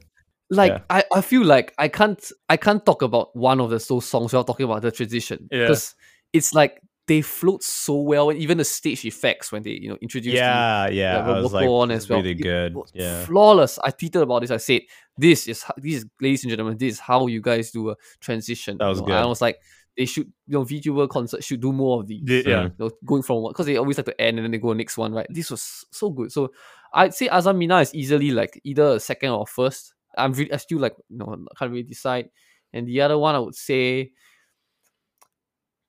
S2: Like
S3: Yeah.
S2: I, I feel like I can't I can't talk about one of the those songs without talking about the transition.
S1: Yeah.
S2: Because it's like they float so well, and even the stage effects when they you know introduce the-
S3: yeah, yeah.
S2: the
S3: I was
S2: vocal
S3: like,
S2: on
S3: it's
S2: as well.
S3: really
S2: It
S3: good.
S2: was
S3: Yeah.
S2: flawless. I tweeted about this. I said, "This is ho- this, is, ladies and gentlemen, this is how you guys do a transition."
S3: That
S2: you
S3: was
S2: know, And I
S3: good.
S2: was like, "They should, you know, VTuber concert should do more of these."
S1: The- yeah.
S2: You know, going from one because they always like to end and then they go next one, right? This was so good. So I'd say Azamina is easily like either a second or first. I'm really, I still like no, I can't really decide. And the other one I would say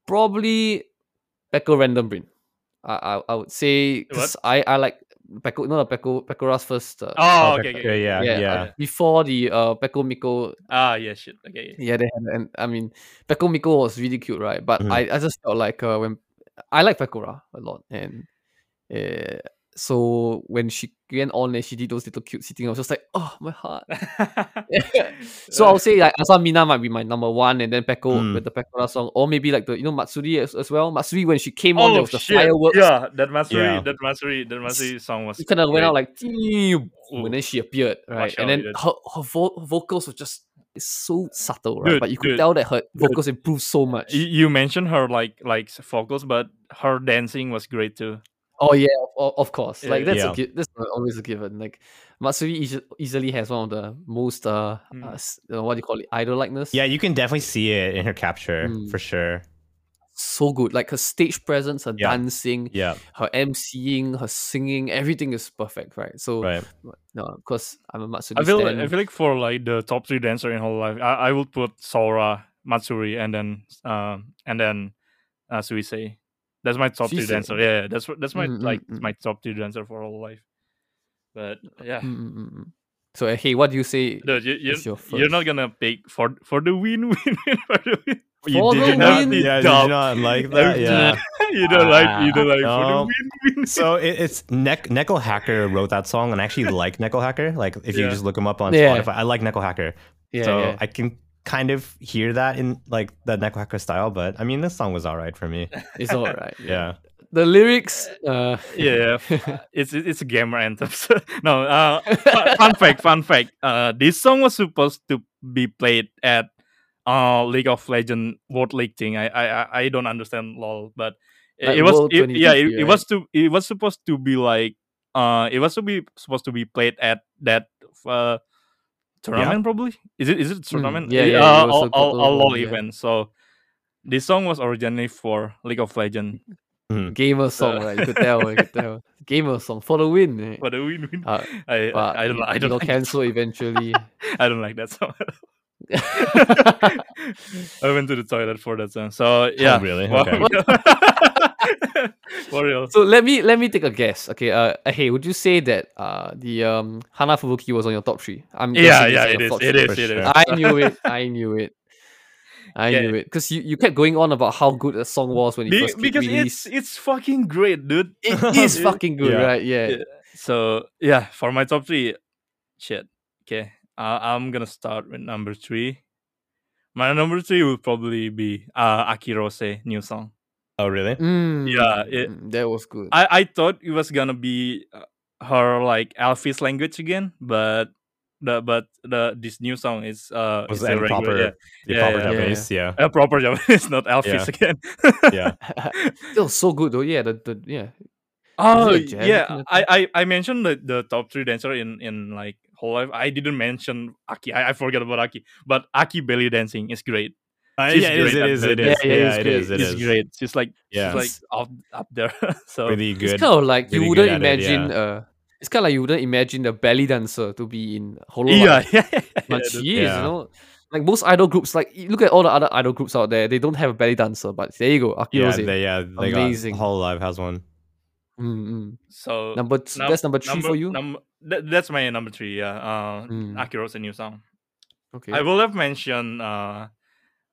S2: probably Pekko Random Brain. I I, I would say because I, I like Pekko, no, Pekko Pekkora's first. Uh,
S1: Oh, okay,
S3: Okay,
S1: okay, okay.
S3: yeah, yeah.
S2: uh, before the uh, Pekko Miko,
S1: Ah, yeah, shit. Okay, yeah.
S2: yeah, they had, and I mean, Pekko Miko was really cute, right? But
S3: Mhm.
S2: I, I just felt like uh, when I like Pekora a lot, and uh, so when she went on and she did those little cute sitting, I was just like, oh, my heart. So I'll say like Asamina might be my number one, and then Pekko
S3: Mm.
S2: with the Pekora song, or maybe like the you know Matsuri as, as well. Matsuri when she came on, there
S1: oh
S2: was the
S1: shit!
S2: fireworks.
S1: Yeah, that Matsuri,
S3: Yeah.
S1: that Matsuri, that Matsuri song was
S2: It kind of went out
S1: great.
S2: like "Teep," and then she appeared, right?
S1: Watch
S2: And
S1: out,
S2: then
S1: dude.
S2: her, her, vo- her vocals were just it's so subtle, right?
S1: Dude,
S2: but you could
S1: dude,
S2: tell that her vocals improved so much.
S1: You- You mentioned her like like s- vocals, but her dancing was great too.
S2: Oh yeah, of, of course.
S1: Yeah,
S2: Like that's
S3: yeah.
S2: a gi- that's always a given. Like Matsuri easi- easily has one of the most uh,
S1: Mm.
S2: uh, s- uh, what do you call it idol likeness.
S3: Yeah, you can definitely see it in her capture
S2: Mm.
S3: for sure.
S2: so good. Like her stage presence, her
S3: Yeah.
S2: dancing,
S3: Yeah,
S2: her MCing, her singing, everything is perfect, right? So
S3: right.
S2: no, of course I'm a Matsuri
S1: I feel
S2: stan. Mm,
S1: I feel like for like the top three dancer in whole life, I, I would put Sora, Matsuri, and then um and then uh, Suisei. That's my top three
S2: Suisei.
S1: dancer. Yeah, that's what- that's my
S2: Mm, mm,
S1: like
S2: mm.
S1: my top three dancer for whole life. But yeah,
S2: Mm, mm, mm, mm. So uh, hey, what do you say?
S1: dude, you, you're,
S2: is your
S1: you're not
S2: first?
S1: gonna pick for for the win win win for the win.
S2: For
S3: did
S2: the
S3: you not,
S2: win!
S3: yeah, did you
S1: Dumb.
S3: not like that?
S1: Dumb.
S3: Yeah.
S1: you don't like you don't like for the
S3: No.
S1: win win.
S3: so it, it's Neck Neckle Hacker wrote that song, and I actually like Neckle Hacker. Like if
S1: Yeah.
S3: you just look him up on
S2: Yeah.
S3: Spotify, I like Neckle Hacker.
S2: Yeah,
S3: so
S2: yeah.
S3: I can kind of hear that in like the Neckle Hacker style. But I mean, this song was all right for me.
S2: it's all right.
S3: Yeah,
S2: The lyrics. Uh,
S1: yeah, f- it's it- it's a gamer anthem. So, no, uh, fun, fun fact, fun fact. Uh, this song was supposed to be played at uh League of Legends World League thing. I I I- I don't understand lol, but it,
S2: Like
S1: it was
S2: World
S1: it, yeah, it,
S2: 2050,
S1: it was to it was supposed to be like uh it was to be supposed to be played at that uh tournament probably. Is it is it tournament?
S2: Hmm, yeah,
S1: Uh,
S2: yeah, it
S1: uh,
S2: was
S1: a,
S2: a-
S1: a- a
S2: a-
S1: LoL
S2: yeah.
S1: event. So this song was originally for League of Legends.
S2: gamer song,
S1: Uh,
S2: right? You could tell. You could tell. Gamer song for the win. eh.
S1: But a win-win.
S2: Uh,
S1: I,
S2: but
S1: I, I don't know. I
S2: it
S1: don't
S2: got
S1: like
S2: cancelled eventually.
S1: I don't like that song.
S2: I
S1: I went to the toilet for that song. So yeah,
S3: Oh, really?
S1: Wow.
S3: Okay.
S1: for real.
S2: So let me let me take a guess. Okay, uh, uh, hey, would you say that uh the um Hana Fubuki was on your top three? I'm guessing
S1: Yeah,
S2: it's
S1: yeah,
S2: on
S1: it
S2: your
S1: is.
S2: top
S1: It
S2: three.
S1: is. It is.
S3: uh, sure.
S2: I knew it. I knew it. I
S1: Yeah.
S2: knew it because you, you kept going on about how good the song was when it
S1: Be-
S2: first came-
S1: because
S2: released.
S1: it's it's fucking great, dude.
S2: it is
S1: Dude.
S2: fucking good,
S3: Yeah.
S2: right? Yeah.
S1: Yeah. So yeah, for my top three, shit. Okay, uh, I'm gonna start with number three. My number three would probably be uh, Akirose new song.
S3: Oh, really?
S2: Mm,
S1: Yeah, it-
S2: mm, that was good.
S1: I, I thought it was gonna be uh, her like Alfie's language again, but the but the this new song is uh
S3: Was
S1: is
S3: that
S1: a regular- yeah,
S3: proper? the
S1: Yeah,
S3: proper
S1: yeah.
S3: Japanese? Yeah,
S1: a proper Japanese, not Alfie's again.
S3: yeah.
S2: that was so good though. Yeah, the, the yeah.
S1: oh
S2: Is it a jam
S1: yeah,
S2: kinda
S1: I, I I mentioned the, the top three dancer in in like whole life. I didn't mention Aki. I, I forgot about Aki, but Aki belly dancing is great.
S3: Uh,
S1: She's
S3: yeah, it is.
S1: great at
S3: It is.
S1: that.
S3: It
S1: Yeah,
S3: is.
S2: yeah,
S3: Yeah,
S2: it's
S3: it
S2: great.
S3: is. It
S1: She's
S3: is.
S1: great. She's like
S3: Yeah.
S1: she's like oh, up up there. so
S3: Really good.
S2: It's kind of like
S3: really
S2: you
S3: good
S2: wouldn't
S3: at it, yeah.
S2: imagine. Uh, it's kind of like you wouldn't imagine the belly dancer to be in Hololive.
S1: yeah, yeah,
S2: but
S1: dude.
S2: she is, you
S3: yeah.
S2: know. Like most idol groups, like you look at all the other idol groups out there, they don't have a belly dancer, but there you go,
S3: Yeah,
S2: Akirose.
S3: they, yeah, they
S2: Amazing.
S3: got Whole Live has one.
S2: Mm,
S1: So
S2: mm. Number t-
S1: Num-
S2: that's number three for you.
S1: Number, that, that's my number three. Yeah, uh,
S2: Mm.
S1: Akiro's a new song.
S2: okay.
S1: I will have mentioned uh,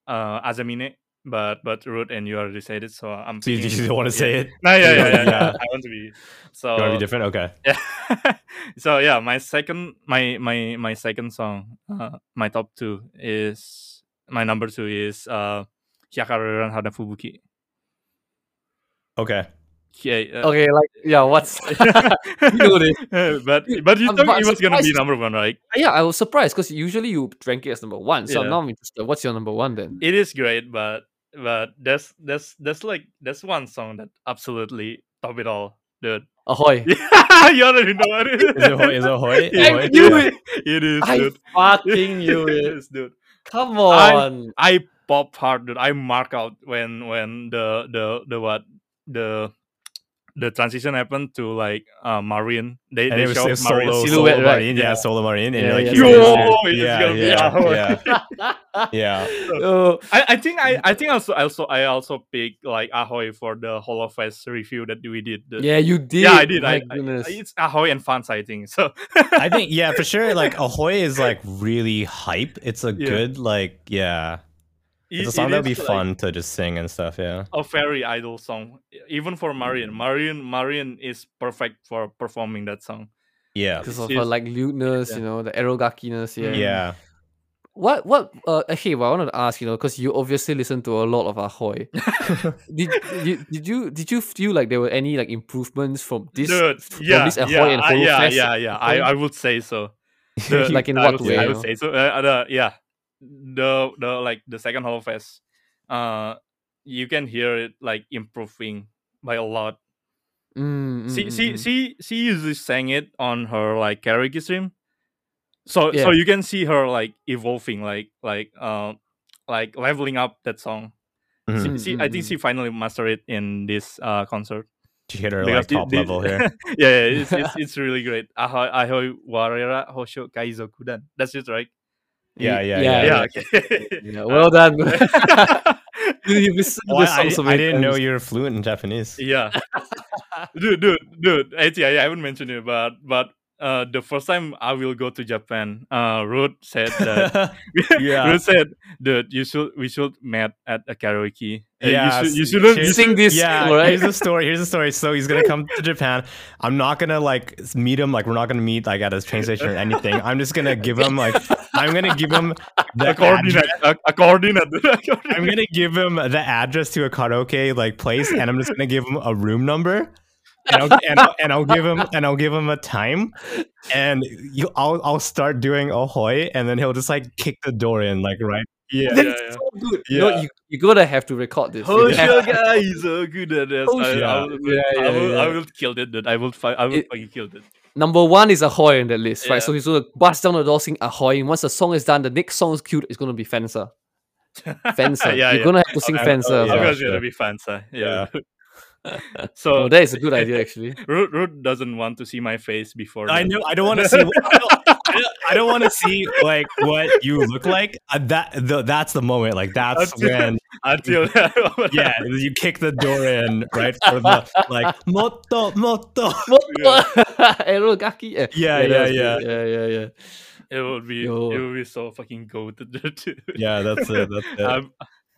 S1: uh, Azamine, but but Root and you already said it, so I'm.
S3: So you,
S1: picking-
S3: you don't want to
S1: yeah.
S3: say it?
S1: No, yeah, yeah, yeah.
S3: Yeah.
S1: I want to be.
S3: You want to
S1: So
S3: be different? Okay.
S1: yeah. so yeah, my second, my my my second song, uh, my top two is my number two is uh, Hyakaruran Hanafubuki.
S3: Okay.
S1: Yeah.
S3: Oh,
S1: uh,
S2: okay, like yeah, what's you know this.
S1: but but you
S2: I'm-
S1: thought
S2: but
S1: it
S2: I'm
S1: was gonna be
S2: surprised-
S1: number one, right?
S2: Yeah, I was surprised because usually you rank it as number one, so
S1: Yeah.
S2: I'm now interested. What's your number one then?
S1: it is great, but but that's that's that's like that's one song that absolutely top it all, dude.
S2: Ahoy.
S1: you already know what it
S3: Is it Hoy? Is it Hoy?
S1: Yeah.
S2: I
S3: Hoy?
S2: knew
S1: Yeah.
S2: it.
S1: It is,
S2: I
S1: dude.
S2: fucking knew it.
S1: is, dude.
S2: Come on.
S1: I pop hard, dude. I mark out when when the the the what the the transition happened to like uh Marion. They
S3: And
S1: they
S3: it was
S1: show
S3: solo,
S1: Marion.
S3: solo,
S2: Silhouette, right?
S3: Marine, yeah,
S1: Yeah. Oh,
S3: solo Marine, and
S2: Yeah,
S3: you're like,
S2: yeah,
S3: "Here
S2: yeah.
S3: it
S1: Yo, it's
S3: is, dude." yeah,
S1: gonna be
S3: yeah,
S1: out.
S3: yeah, yeah.
S2: oh,
S1: I, I think I, I think also also I also picked like Ahoy for the Holofest review that we did. The-
S2: yeah, you did.
S1: yeah, I did. I,
S2: My
S1: I-
S2: goodness.
S1: it's Ahoy and Fans, I think. So
S3: I think yeah, for sure. Like Ahoy is like really hype. It's a
S1: Yeah.
S3: good like yeah. It's a
S1: it-
S3: song
S1: it
S3: that'd be
S1: is, like,
S3: fun to just sing and stuff. Yeah.
S1: a very idol song, even for Marion. Marion Marion is perfect for performing that song.
S3: Yeah.
S2: because of
S1: She's-
S2: her like
S1: yeah.
S2: lewdness, you know, the erogakiness. Yeah.
S3: Yeah.
S2: What? What? Uh, actually, well, I wanted to ask, you know, because you obviously listened to a lot of Ahoy. did, you, did you did you feel like there were any like improvements from this?
S1: Dude,
S2: from
S1: yeah,
S2: this Ahoy
S1: yeah,
S2: and
S1: I- yeah,
S2: Holofest
S1: yeah, yeah. I,
S2: thing?
S1: I would say so. The-
S2: Like in
S1: I
S2: what
S1: would,
S2: way,
S1: I
S2: you
S1: would
S2: know?
S1: say so. Uh, the, yeah, the the like the second Holofest, uh, you can hear it like improving by a lot.
S2: Mm, mm,
S1: she
S2: mm,
S1: she
S2: mm.
S1: she she usually sang it on her like karaoke stream so so
S2: Yeah.
S1: you can see her like evolving like like um like leveling up that song
S2: Mm-hmm.
S3: Mhm.
S1: she, she- i think she finally mastered it in this uh concert
S3: She hit her
S1: Because
S3: like
S1: thi-
S3: top
S1: thi-
S3: level here.
S1: yeah, yeah it's, it's, it's really great ahoy ahoy warera hosho kaizo kudan that's it right
S3: Yeah, yeah,
S2: yeah.
S3: yeah.
S1: yeah,
S2: Yeah, well done.
S1: okay.
S2: You- you listened to
S3: Well,
S2: the
S3: I,
S2: song so
S3: I
S2: many
S3: didn't know
S2: times.
S3: you're fluent in Japanese.
S1: Yeah. dude, dude, dude. Actually, I I haven't mentioned it, but but uh, the first time I will go to Japan, uh, Ruth said that.
S3: Yeah.
S1: Ruth said, "Dude, you should we should meet at a karaoke. Uh,
S3: Yeah,
S1: you, should, you
S3: s-
S1: shouldn't.
S3: sure.
S1: You
S2: sing this,
S3: yeah,
S2: right?
S3: here's the story. Here's the story. So he's gonna come to Japan. I'm not gonna like s- meet him. Like we're not gonna meet like at a train station or anything. I'm just gonna give him like I'm gonna give him
S1: a
S3: the address.
S1: coordinate, a, a coordinate. dude, a
S3: I'm
S1: coordinate.
S3: gonna give him the address to a karaoke like place, and I'm just gonna give him a room number, and I'll, and, I'll- and I'll give him and I'll give him a time, and you, I'll I'll start doing ahoy, and then he'll just like kick the door in like right. Yeah,
S2: That's
S1: Yeah, yeah.
S2: so good. You know,
S3: Yeah.
S2: you, you're gonna have to record this. you know?
S1: Hosho guys, oh goodness! I,
S3: Hosho.
S1: I, will, I,
S2: Yeah, yeah,
S1: will, I
S2: yeah.
S1: will kill it, dude. I will, fi- I will
S2: It-
S1: fucking kill it.
S2: Number one is Ahoy in that list,
S1: Yeah.
S2: right? So he's gonna bust down the door, sing Ahoy, and once the song is done, the next song is cute. It's gonna be Fencer. Fencer.
S1: Yeah,
S2: you're
S1: yeah.
S2: gonna have to sing
S1: Okay,
S2: Fencer.
S1: Of
S3: yeah,
S1: course, you're
S3: sure.
S1: gonna be fans, huh?
S3: Yeah.
S1: Yeah.
S2: bro.
S1: so
S2: Oh, that is a good idea, actually.
S1: Ruth, Ruth doesn't want to see my face before.
S3: I
S1: that.
S3: know. I don't want to see. I don't, I don't, I don't want to see like what you look like. Uh, that the, that's the moment. Like that's
S1: That's-
S3: when
S1: until
S3: yeah, you kick the door in right for the like motto motto.
S2: Erogaki. Yeah,
S3: Yeah,
S2: that
S3: yeah,
S2: was
S3: yeah.
S2: good. yeah, yeah, yeah.
S1: it would be
S2: Yo.
S1: it would be so fucking goated. dude.
S3: Yeah, that's it. That's it.
S1: I'm-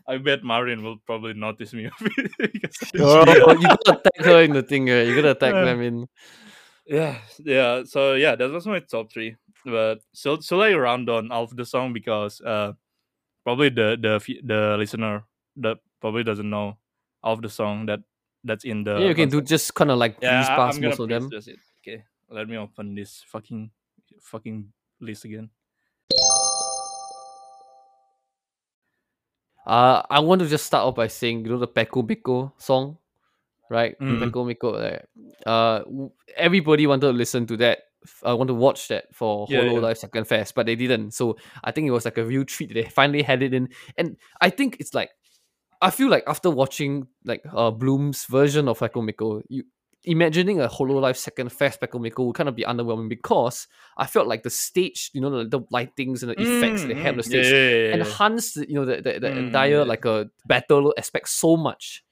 S1: I bet Marion will probably notice me because
S2: Oh, you gotta tag her in the thing, right? You gotta tag
S1: Yeah.
S2: them in.
S1: yeah yeah so yeah that was my top three but so so I round on of the song because uh probably the the fe- the listener that probably doesn't know of the song that that's in the
S2: Yeah, you can
S1: concert.
S2: do just kind of like breeze
S1: I-
S2: past
S1: I'm gonna
S2: most of them.
S1: press this- Okay, let me open this fucking fucking list again.
S2: Uh, I want to just start off by saying, you know, the Peko Biko song, right?
S1: Mm.
S2: Peko Biko. Right? Uh, w- everybody wanted to listen to that. f- uh, want to watch that for
S1: Yeah, yeah.
S2: Hololive Second Fest, but they didn't. So I think it was like a real treat. that They finally had it in, and I think it's like, I feel like after watching like uh Bloom's version of Peko Biko, you imagining a Hololive Second Fest Peko Biko would kind of be underwhelming because I felt like the stage, you know, the, the lightings and the effects that they had on the
S1: Mm, mm,
S2: stage
S1: yeah, yeah, yeah, yeah.
S2: enhance the, you know the, the, the
S1: Mm,
S2: entire
S1: yeah.
S2: like a battle aspect so much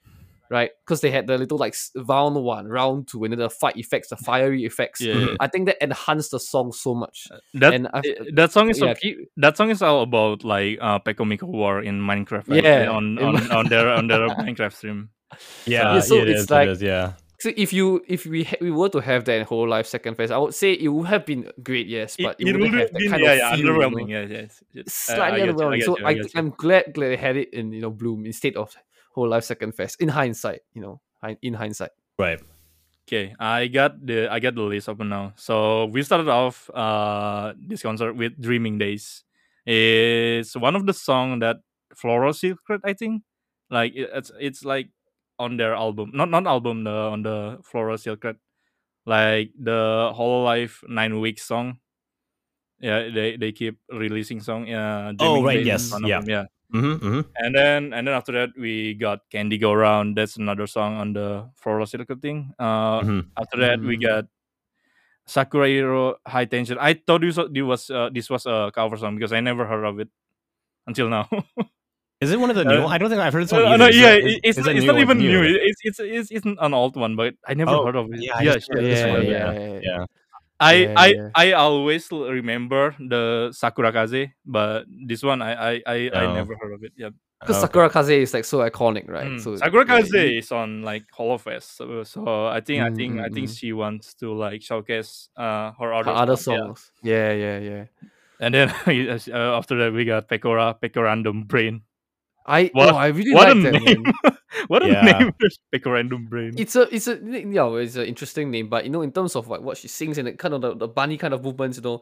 S2: right because they had the little like s- round one round two and then the fight effects the fiery effects
S1: Yeah, yeah.
S2: i think that enhanced the song so much
S1: That
S2: and i
S1: eh, that song is
S2: yeah,
S1: a- that song is all about like uh Peko Miko War in Minecraft. right?
S2: Yeah,
S1: on
S2: in
S1: on, on their on their Minecraft stream.
S3: yeah,
S2: so
S3: it
S2: it's
S3: is,
S2: like-
S3: it is, yeah.
S2: so if you if we ha- we were to have that in whole life second phase i would say it would have been great yes but it, wouldn't
S1: would've
S2: have that
S1: been-
S2: kind
S1: yeah,
S2: of
S1: yeah,
S2: feel, you know?
S1: underwhelming. Yeah, yeah. it's- it's- I- I
S2: slightly
S1: get you,
S2: underwhelming.
S1: get
S2: So
S1: you,
S2: I,
S1: get you.
S2: I'm glad glad they had it in you know Bloom instead of whole life second fest. In hindsight, you know, hi- in hindsight.
S3: Right.
S1: Okay, I got the I got the list open now. So we started off uh this concert with "Dreaming Days." It's one of the song that Floral Secret, I think, Like it, it's it's like on their album, not not album the on the Flora Secret, like the Hololive Nine Week song. Yeah, they they keep releasing song. uh, Yeah,
S3: Oh,
S1: Jamming
S3: right,
S1: Day is
S3: yes,
S1: one of
S3: yeah.
S1: them, yeah.
S3: Mm-hmm, mm-hmm.
S1: And then and then after that we got Candy Go Round. That's another song on the Flora Circle thing. Uh,
S3: Mhm.
S1: After that we
S2: Mm.
S1: got Sakura Hero High Tension. I thought this was- this was uh, this was a cover song because I never heard of it until now.
S3: Is it one of the new?
S1: Uh,
S3: I don't think I've heard this one.
S1: no,
S3: either.
S1: no,
S3: Is
S1: yeah,
S3: it-
S1: it- it's
S3: is- is
S1: not,
S3: it
S1: it's not
S3: or
S1: even new.
S3: newer?
S1: It- It's it's it's it's an old one, but I never
S3: Oh,
S1: heard of it.
S3: yeah, I just
S1: sure.
S3: heard this
S2: Yeah,
S3: one,
S2: yeah,
S3: yeah.
S1: I
S2: Yeah,
S1: I
S2: yeah.
S1: I always l- remember the Sakura Kaze, but this one I I I, I
S3: No.
S1: never heard of it. Yeah,
S2: Because
S3: Oh, okay.
S2: Sakura Kaze is like so iconic,
S1: Mm.
S2: right? So
S1: Sakura
S2: yeah,
S1: Kaze
S2: you-
S1: is on like Holofest, so, so I think I
S2: Mm,
S1: think I
S2: mm,
S1: think
S2: mm.
S1: she wants to like showcase uh her other,
S2: her other
S1: songs, yeah.
S2: songs. Yeah, yeah, yeah.
S1: And then uh, after that we got Pecora Pecorandom Brain.
S2: I
S1: What-
S2: oh, I really
S1: what a
S2: like that
S1: name!
S2: name.
S1: what a
S3: Yeah.
S1: name! Pecorandom Brain.
S2: It's a it's a you know, it's an interesting name, but you know in terms of like what she sings and the kind of the, the bunny kind of movements, you know,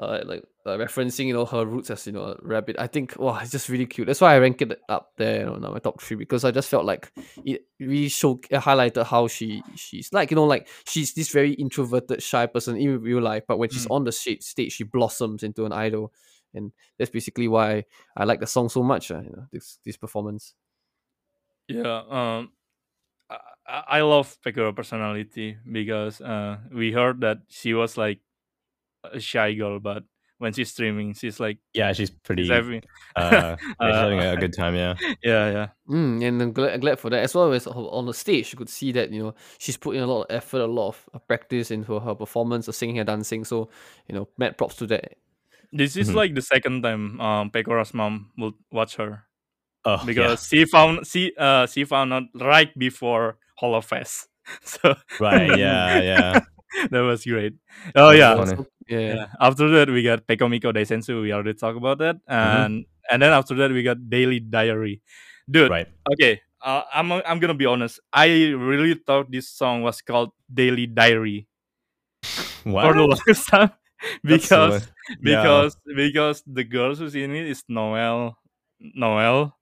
S2: uh, like uh, referencing you know her roots as you know a rabbit. I think wow, it's just really cute. That's why I rank it up there you know, in my top three because I just felt like it really show it highlighted how she she's like you know like she's this very introverted shy person in real life, but when she's on the sh- stage, she blossoms into an idol, and that's basically why I like the song so much. Uh, you know this this performance.
S1: Yeah, um, I, I I love Pecora personality because uh, we heard that she was like a shy girl, but when she's streaming, she's like
S3: Yeah, she's pretty.
S1: she's having
S3: uh, yeah, she's
S1: Uh,
S3: having a good time. Yeah.
S1: yeah yeah
S2: Mm, and I'm glad, glad for that as well as her- on the stage you could see that you know she's put in a lot of effort a lot of uh, practice into her performance of singing and dancing so you know mad props to that
S1: This is
S2: Mm-hmm.
S3: Mhm.
S1: like the second time um, Pecora's mom will watch her
S3: Oh,
S1: because she found she uh she found out right before Hall of Fest. So
S3: yeah. right. Yeah, yeah.
S1: that was great. Oh yeah.
S3: funny.
S2: So- yeah,
S1: yeah. After that we got Pekomiko Daisensu, we already talked about that.
S3: Mm-hmm.
S1: And and then after that we got Daily Diary. Dude,
S3: Right.
S1: okay. Uh, I'm I'm gonna be honest. I really thought this song was called Daily Diary for
S3: What?
S1: the longest time
S3: That's
S1: because
S3: so- yeah.
S1: because because the girls who's in it is Noel, Noel,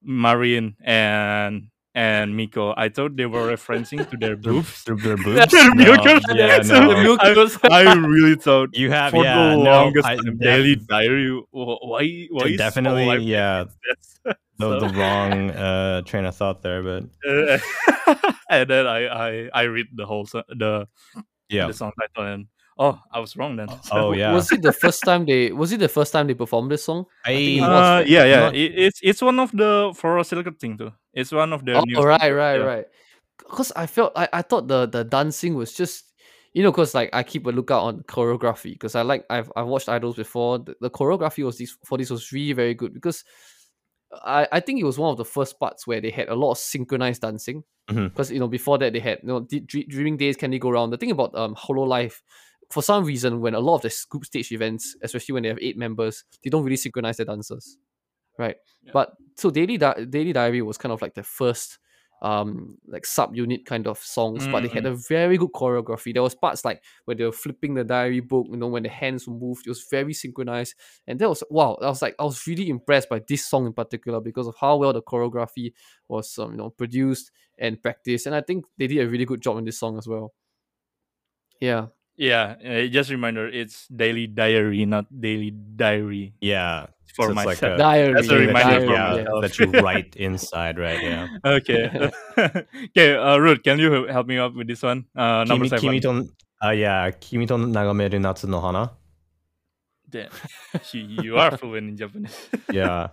S1: Marin, and and Miko. I thought they were referencing to their boobs.
S3: Through their boobs.
S1: That's their
S3: No,
S1: mucus.
S3: yeah,
S1: So
S3: no.
S1: the mucus- I really thought
S3: You have
S1: for
S3: yeah,
S1: the
S3: no,
S1: longest
S3: I
S1: time,
S3: def-
S1: daily diary. wh- Why? Why is
S3: definitely
S1: all I-
S3: yeah
S1: that's-
S3: the,
S1: so-
S3: the wrong uh, train of thought there, but
S1: uh, and then I, I I read the whole so- the
S3: yeah.
S1: the song title and oh I was wrong then.
S2: W-
S3: Oh yeah.
S2: was it the first time they was it the first time they performed this song
S3: I
S2: it was-
S1: Uh, yeah, yeah.
S3: not-
S1: It, it's it's one of the for a circuit thing too. It's one of the
S2: oh
S1: new
S2: right right
S1: yeah.
S2: right because I felt I, I thought the the dancing was just you know because like I keep a lookout on choreography because I like I've I've watched idols before the, the choreography was this for this was really very good because I I think it was one of the first parts where they had a lot of synchronized dancing
S3: Mhm.
S2: because you know before that they had you know D- Dre- dreaming days can they go round the thing about um Hololive for some reason when a lot of the group stage events especially when they have eight members they don't really synchronize their dancers right
S1: Yeah.
S2: but so daily Di- daily diary was kind of like the first um like sub unit kind of songs, but they had a very good choreography. There was parts like where they were flipping the diary book, you know, when the hands were moved, it was very synchronized. And that was wow, I was like I was really impressed by this song in particular because of how well the choreography was um, you know produced and practiced. And I think they did a really good job in this song as well. Yeah.
S1: Yeah, uh, just reminder, it's daily diary, not daily diary
S3: yeah.
S1: for
S3: So it's like
S1: myself.
S3: a-
S2: Diary.
S1: that's a
S3: Thing that
S1: reminder
S2: diary,
S3: you-
S1: for
S3: yeah,
S2: yeah.
S1: myself.
S3: that you write inside, right? Yeah.
S1: okay, okay, uh, Ruth, can you help me out with this one? Uh, number
S3: Kimi,
S1: seven.
S3: Kimito, uh, yeah, Kimito Nagameru Natsu no Hana.
S1: Damn, you, you are fluent in Japanese.
S3: Yeah.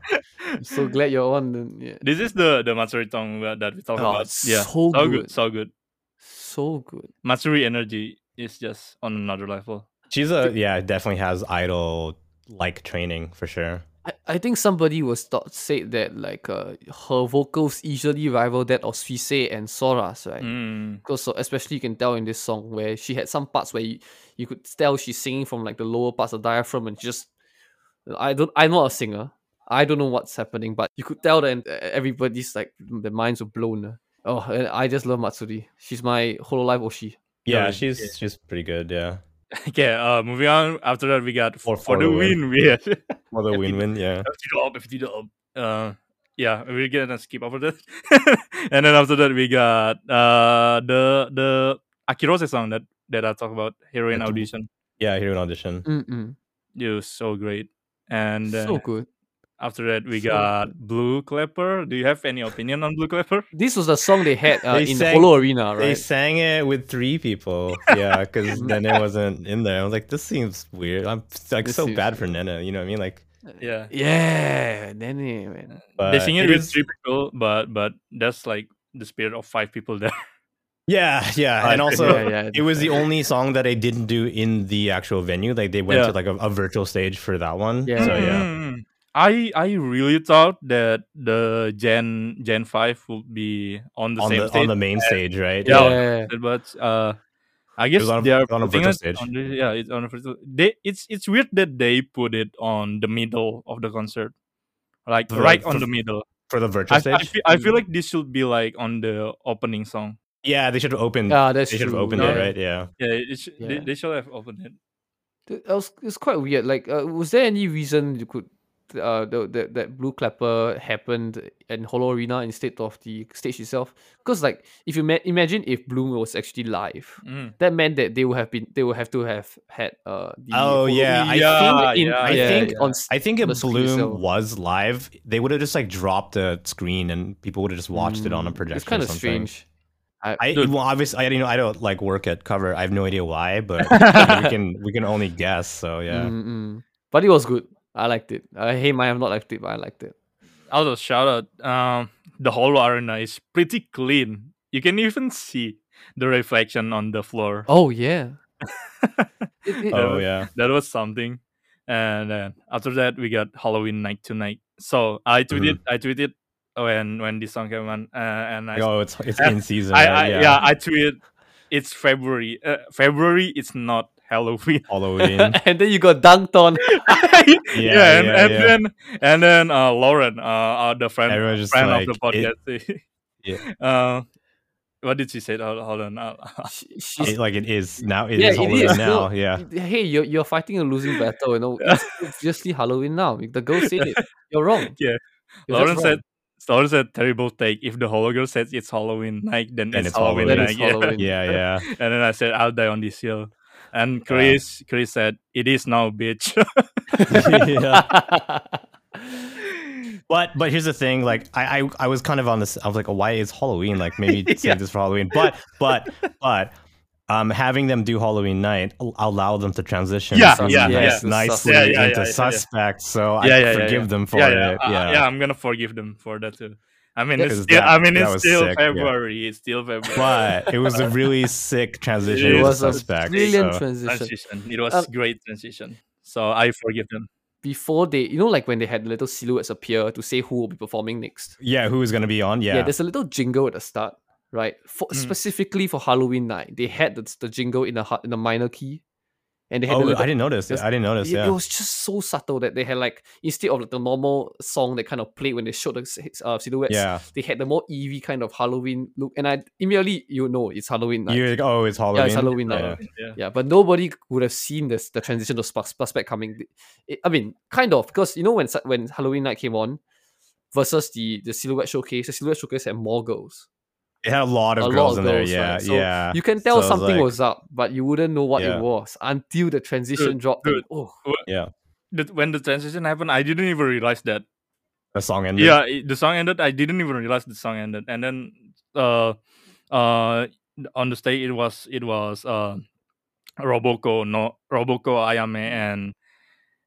S2: I'm so glad you're on the, yeah.
S1: This is the the Matsuri song wha- that we talked
S2: Oh,
S1: about.
S2: it's
S1: Yeah,
S2: so
S1: so
S2: good.
S1: good, so good.
S2: so good.
S1: Matsuri energy is just on another level.
S3: She's a yeah, definitely has idol like training for sure.
S2: I, I think somebody was thought said that like uh, her vocals easily rival that of Suise and Sora's, right?
S1: Mm.
S2: Because so especially you can tell in this song where she had some parts where you, you could tell she's singing from like the lower parts of diaphragm and just I don't I'm not a singer. I don't know what's happening, but you could tell that uh, everybody's like their minds were blown. Oh, and I just love Matsuri. She's my whole life Oshi.
S3: Yeah,
S1: Yeah,
S3: she's
S1: yeah.
S3: she's pretty good. Yeah.
S1: Okay, uh, moving on. After that, we got
S3: Or
S1: for, the win. We had
S3: Well, the win win. Yeah.
S1: FT up, FT up. Uh, yeah, we're gonna skip over that. and then after that, we got uh the the Akirose song that that I talked about, Heroin
S3: That-
S1: Audition.
S3: Yeah, here an audition.
S1: Mm.
S2: Mm-mm.
S1: It was so great. And uh,
S2: so good.
S1: after that, we
S2: so
S1: got Blue Clapper. Do you have any opinion on Blue Clapper?
S2: This was the song they had uh,
S3: They
S2: in
S3: sang-
S2: the Polo Arena,
S3: They
S2: right?
S3: sang it with three people. Yeah, because Nene wasn't in there. I was like, this seems weird. I'm like
S2: This
S3: so
S2: seems
S3: bad for Nene. You know what I mean? Like,
S1: Yeah,
S2: yeah, Nene, man.
S3: Uh, but
S1: they sing it,
S3: it
S1: with
S3: is-
S1: three people, but but that's like the spirit of five people there.
S3: Yeah, yeah,
S1: Oh, I
S3: and
S1: see.
S3: also
S2: Yeah, yeah,
S3: it was the only song that I didn't do in the actual venue. Like they went
S1: Yeah.
S3: to like a, a virtual stage for that one.
S2: Yeah.
S3: So yeah,
S1: Mm. I I really thought that the Gen Gen Five would be on the
S3: on
S1: same
S3: the
S1: stage.
S3: on the main stage, right?
S1: Yeah.
S2: yeah.
S1: but uh I guess
S3: on a-
S1: they are
S3: it was on a
S1: putting
S3: virtual
S1: it
S3: stage.
S1: on the- yeah, it's on a virtual. They it's it's weird that they put it on the middle of the concert, like
S3: For-
S1: right on
S3: for
S1: the middle.
S3: for the
S1: I,
S3: virtual
S1: I,
S3: stage.
S1: feel, I feel like this should be like on the opening song.
S3: yeah, they should have opened.
S2: Ah, that's
S3: they should have
S2: true.
S3: opened
S1: No.
S3: it, right? Yeah.
S1: Yeah, it should, They,
S2: Yeah.
S1: they should have opened it.
S2: Th- That was, it's quite weird. Like, uh, was there any reason you could, uh, the, the, that Blue Clapper happened in Hollow Arena instead of the stage itself? Because, like, if you ma- imagine if Bloom was actually live,
S1: Mm.
S2: that meant that they would have been, they would have to have had, uh, the
S3: Oh
S2: Hollow
S3: yeah, I
S1: Yeah.
S3: think
S2: in-
S1: yeah,
S2: I
S3: yeah,
S2: think
S1: yeah.
S2: on s-
S3: I think if
S2: The screen
S3: Bloom
S2: itself.
S3: was live, they would have just like dropped a screen and people would have just watched it on a
S2: Mm, It's
S3: projection.
S2: kind of
S3: or something.
S2: strange.
S3: I
S1: Dude.
S3: well, obviously, I you know I don't like work at cover. I have no idea why, but I mean, we can we can only guess. So yeah,
S2: Mm, mm. But it was good. I liked it. I hate my, I have not liked it, but I liked it.
S1: Also, shout out. Um, the whole arena is pretty clean. You can even see the reflection on the floor.
S2: Oh yeah. It- it-
S3: oh yeah,
S1: that was something. And then after that, we got Halloween night tonight. So I
S3: Mm-hmm.
S1: tweeted, I tweeted when when this song came on, uh, and I,
S3: oh it's it's in season.
S1: I,
S3: right?
S1: I yeah. I tweeted, it's February. Uh, February is not Halloween.
S3: Halloween.
S2: and then you got dunked on.
S1: yeah,
S3: yeah,
S1: and, and
S3: yeah.
S1: then and then uh, Lauren, uh, uh, the friend,
S3: Everyone's just
S1: friend
S3: like
S1: of the
S3: it,
S1: podcast.
S3: Yeah.
S1: Uh, what did she say? Hold, hold on. uh, I'll-
S2: She-
S3: it-
S2: she's-
S3: like it is now. It is
S2: Yeah, it
S3: Halloween
S2: is.
S3: now.
S2: No,
S3: Yeah,
S2: hey, you're you're fighting a losing battle. You know, it's obviously Halloween now. The girl said it. You're wrong.
S1: Yeah.
S2: You're
S1: Lauren
S2: just
S1: said. Lauren said terrible take. If the hologram says it's Halloween night, then,
S3: Then
S1: it's,
S3: it's
S1: Halloween
S2: wrong.
S3: Halloween.
S2: That
S1: night.
S2: is
S1: yeah.
S2: Halloween.
S3: yeah, yeah.
S1: And then I said, I'll die on this hill. And Chris, Chris said, it is now, bitch.
S3: yeah. But but here's the thing, like I, I I was kind of on this. I was like, oh, why is Halloween? Like maybe
S1: Yeah.
S3: save this for Halloween. But but but um, having them do Halloween night al- allow them to transition.
S1: Yeah,
S3: from
S1: yeah,
S3: nice-
S2: yeah.
S3: nicely
S1: Yeah, yeah, yeah,
S3: into
S1: yeah, yeah.
S3: suspect. So
S1: Yeah,
S3: I
S1: yeah, yeah,
S3: forgive
S1: yeah.
S3: them for
S1: yeah, yeah,
S3: it.
S1: I-
S3: yeah.
S1: yeah, I'm gonna forgive them for that too. I mean, it's
S3: 'Cause
S1: still, I
S3: that-
S1: mean,
S3: that
S1: it's
S3: was
S1: still
S3: sick, yeah.
S1: February. It's still February.
S3: But it was a really sick transition.
S1: It
S3: into
S1: was
S2: a
S3: suspect.
S2: brilliant
S3: so-
S2: transition.
S1: transition. It was
S2: Um,
S1: great transition. So I forgive them.
S2: Before they, you know, like when they had little silhouettes appear to say who will be performing next.
S3: yeah, who is gonna be on? Yeah,
S2: there's a little jingle at the start, right? For,
S1: Mm.
S2: Specifically for Halloween night, they had the, the jingle in a hu- in a minor key, and they had the
S3: oh,
S2: little
S3: I didn't notice.
S2: there's-
S3: I didn't notice.
S2: it,
S3: Yeah,
S2: it was just so subtle that they had like instead of like the normal song that kind of played when they showed the s- uh, silhouettes,
S3: yeah.
S2: they had the more eerie kind of Halloween look. And I immediately you know it's Halloween night.
S3: You're like, oh, it's Halloween.
S2: yeah, it's Halloween night.
S3: Yeah.
S1: Yeah.
S2: Yeah, but nobody would have seen this the transition to Spus- Suspect coming. It- I mean, kind of because you know when Su- when Halloween night came on versus the the silhouette showcase, the silhouette showcase had more girls.
S3: It had a lot of
S2: A lot
S3: girls
S2: of
S3: in there.
S2: girls,
S3: yeah,
S2: right? So
S3: yeah.
S2: You can tell
S3: So it's
S2: something
S3: like-
S2: was up, but you wouldn't know what
S3: Yeah.
S2: it was until the transition dropped. and-
S1: dude.
S2: oh,
S1: The- when the transition happened, I didn't even realize that.
S3: the song ended.
S1: Yeah, it- the song ended. I didn't even realize the song ended. And then, uh, uh, on the stage it was it was uh, Roboco, no Roboco, Ayame, and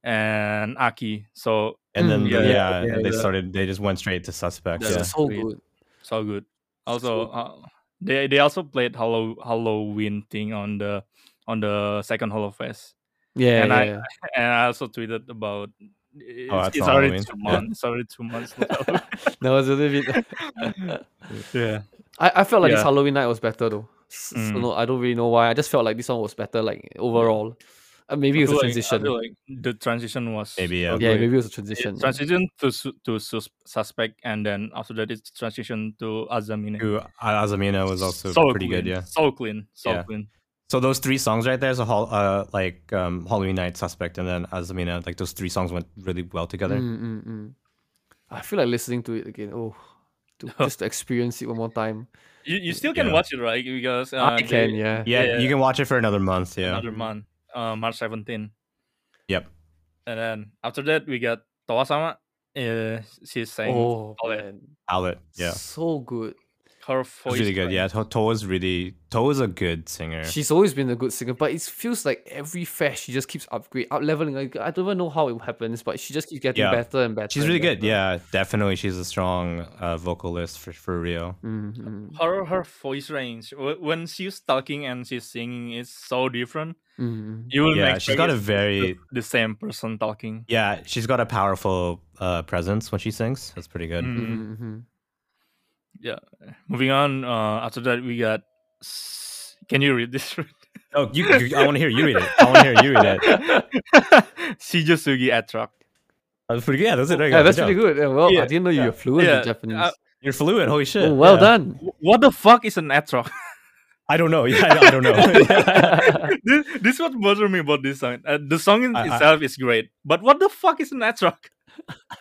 S1: and Aki. So
S3: and then
S2: Mm.
S3: yeah,
S1: Yeah,
S2: yeah,
S3: they
S2: yeah.
S3: started they just went straight to suspect
S1: That's
S3: yeah.
S1: just-
S2: so
S1: Sweet.
S2: good.
S1: so good. Also,
S2: So-
S1: uh, they they also played Hallow Halloween thing on the on the second Hollow Fest,
S2: Yeah,
S1: And I-
S2: yeah.
S1: and I also tweeted about. It's,
S3: Oh, that's
S1: it's
S3: not
S1: already
S3: Halloween.
S1: two
S3: Yeah.
S1: months. It's already two months. till Halloween.
S2: that was a little bit.
S1: yeah,
S2: I, I felt like
S1: Yeah.
S2: this Halloween night was better though. S- So
S1: Mm.
S2: no, I don't really know why. I just felt like this one was better, like overall. Uh, maybe
S1: I
S2: it was
S1: feel
S2: a
S1: like- I
S2: transition.
S1: feel like the transition was so
S3: Maybe, yeah.
S2: yeah,
S1: great.
S2: maybe it was a
S1: It
S2: transition. yeah.
S1: transition to su- to sus- suspect, and then after that, it's transition to Azamine.
S3: who uh, Azamina was also
S1: So
S3: pretty good
S1: clean,
S3: yeah
S1: So clean, so
S3: Yeah.
S1: clean.
S3: so those three songs right there so Hall- uh, like um, Halloween Night Suspect and then Azamina like those three songs went really well together
S2: Mm, mm, mm. I feel like listening to it again. Oh, to, just to experience it one more time.
S1: You, you still can
S3: Yeah.
S1: watch it, right? Because uh,
S2: I
S1: they-
S2: can, yeah.
S3: Yeah,
S1: Yeah.
S3: you can watch it for another month. Yeah.
S1: another month, uh, March 17.
S3: Yep.
S1: And then after that, we got Tawasama. Uh, she's saying
S2: Oh,
S1: all that.
S2: man.
S3: Palette. Yeah.
S2: So good.
S1: her
S3: It's
S1: voice.
S3: really good.
S1: like-
S3: Yeah. To- Toa's really Toa's a good singer.
S2: She's always been a good singer, but it feels like every fest she just keeps upgrade, up leveling. Like, I don't even know how it happens, but she just keeps getting
S3: Yeah.
S2: better and better.
S3: She's really good. Yeah, definitely. She's a strong uh, vocalist for for real.
S2: Mm-hmm.
S1: her her voice range wh- when she's talking and she's singing is so different.
S2: mm,
S1: You will make
S3: Yeah, she's got a
S1: the,
S3: very
S1: the same person talking.
S3: yeah. She's got a powerful uh, presence when she sings. That's pretty good.
S1: Mm.
S2: hmm
S1: Moving on. Uh, after that, we got. S- Can you read this?
S3: Oh, you, you- I want to hear you read it. I want to hear you read it.
S1: Shijusugi Attract.
S3: That's pretty good. Yeah, that's it. There you
S2: Yeah,
S3: go.
S2: that's
S3: job.
S2: pretty good. Yeah, well,
S1: Yeah,
S2: I didn't know you
S1: yeah,
S2: were fluent
S1: yeah,
S2: in Japanese.
S1: uh,
S3: You're fluent. Holy shit.
S2: oh, well
S3: Yeah.
S2: done.
S1: Wh- What the fuck is an attract?
S3: I don't know. Yeah, I don't, I don't know.
S1: this, this is what bothers me about this song. Uh, the song in
S3: I- I-
S1: itself is great, but what the fuck is an attract?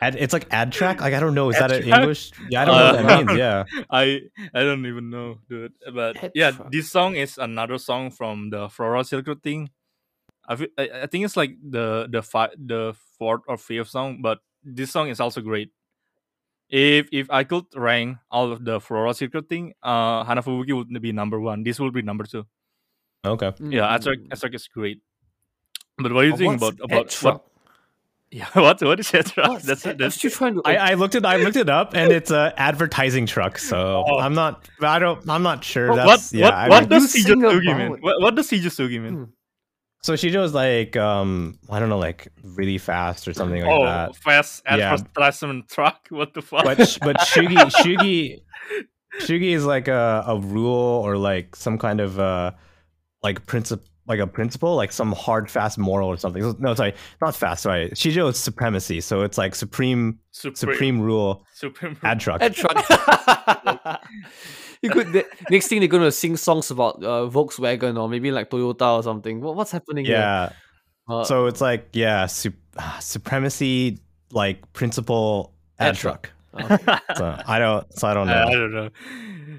S3: Ad, it's like ad track. Like I don't know. Is that
S1: Ad
S3: an
S1: track?
S3: English? Yeah, I don't know what
S1: Uh,
S3: that means. Yeah.
S1: I I don't even know, dude. But
S2: Ad
S1: yeah,
S2: track.
S1: this song is another song from the Floral Circle thing. I, fe- I I think it's like the the fi- the fourth or fifth song, but this song is also great. If if I could rank all of the Floral Circle thing, uh, Hanafubuki would be number one. This will be number two.
S3: Okay.
S1: Yeah, Atrak
S2: Mm.
S1: Atrak is great. But what do you
S2: But
S1: think
S2: what's
S1: about about
S2: Etra?
S1: what? Yeah, what what is Atrak?
S2: What's
S1: That's
S2: Etra?
S1: that's
S2: she trying to.
S3: I, I looked it. I looked it up, and it's a advertising truck. So
S1: Oh.
S3: I'm not. I don't. I'm not sure.
S1: what
S3: That's
S1: what
S3: yeah. I
S1: what, what
S3: mean-
S1: does
S2: You sing
S1: Shijusugi mean?
S2: about-
S1: What, what does Shijusugi mean?
S2: Hmm.
S3: So she does like um I don't know like really fast or something like
S1: oh,
S3: that.
S1: fast
S3: Yeah.
S1: advertisement truck. What the fuck?
S3: But sh- but Shugi Shugi Shugi is like a, a rule or like some kind of uh like principle like a principle like some hard fast moral or something. So- No, sorry, not fast. Sorry, Shijo is supremacy. So it's like supreme
S1: Supreme.
S3: supreme rule
S1: Supreme.
S3: ad truck.
S2: Ed Trunk. you could the, next thing they're gonna sing songs about uh, Volkswagen or maybe like Toyota or something. What, what's happening? here?
S3: yeah.
S2: Uh,
S3: So it's like yeah, su- ah, supremacy like principle ad,
S2: Ad truck.
S3: truck.
S2: okay.
S3: So I don't. So I don't know.
S1: Uh, I don't know.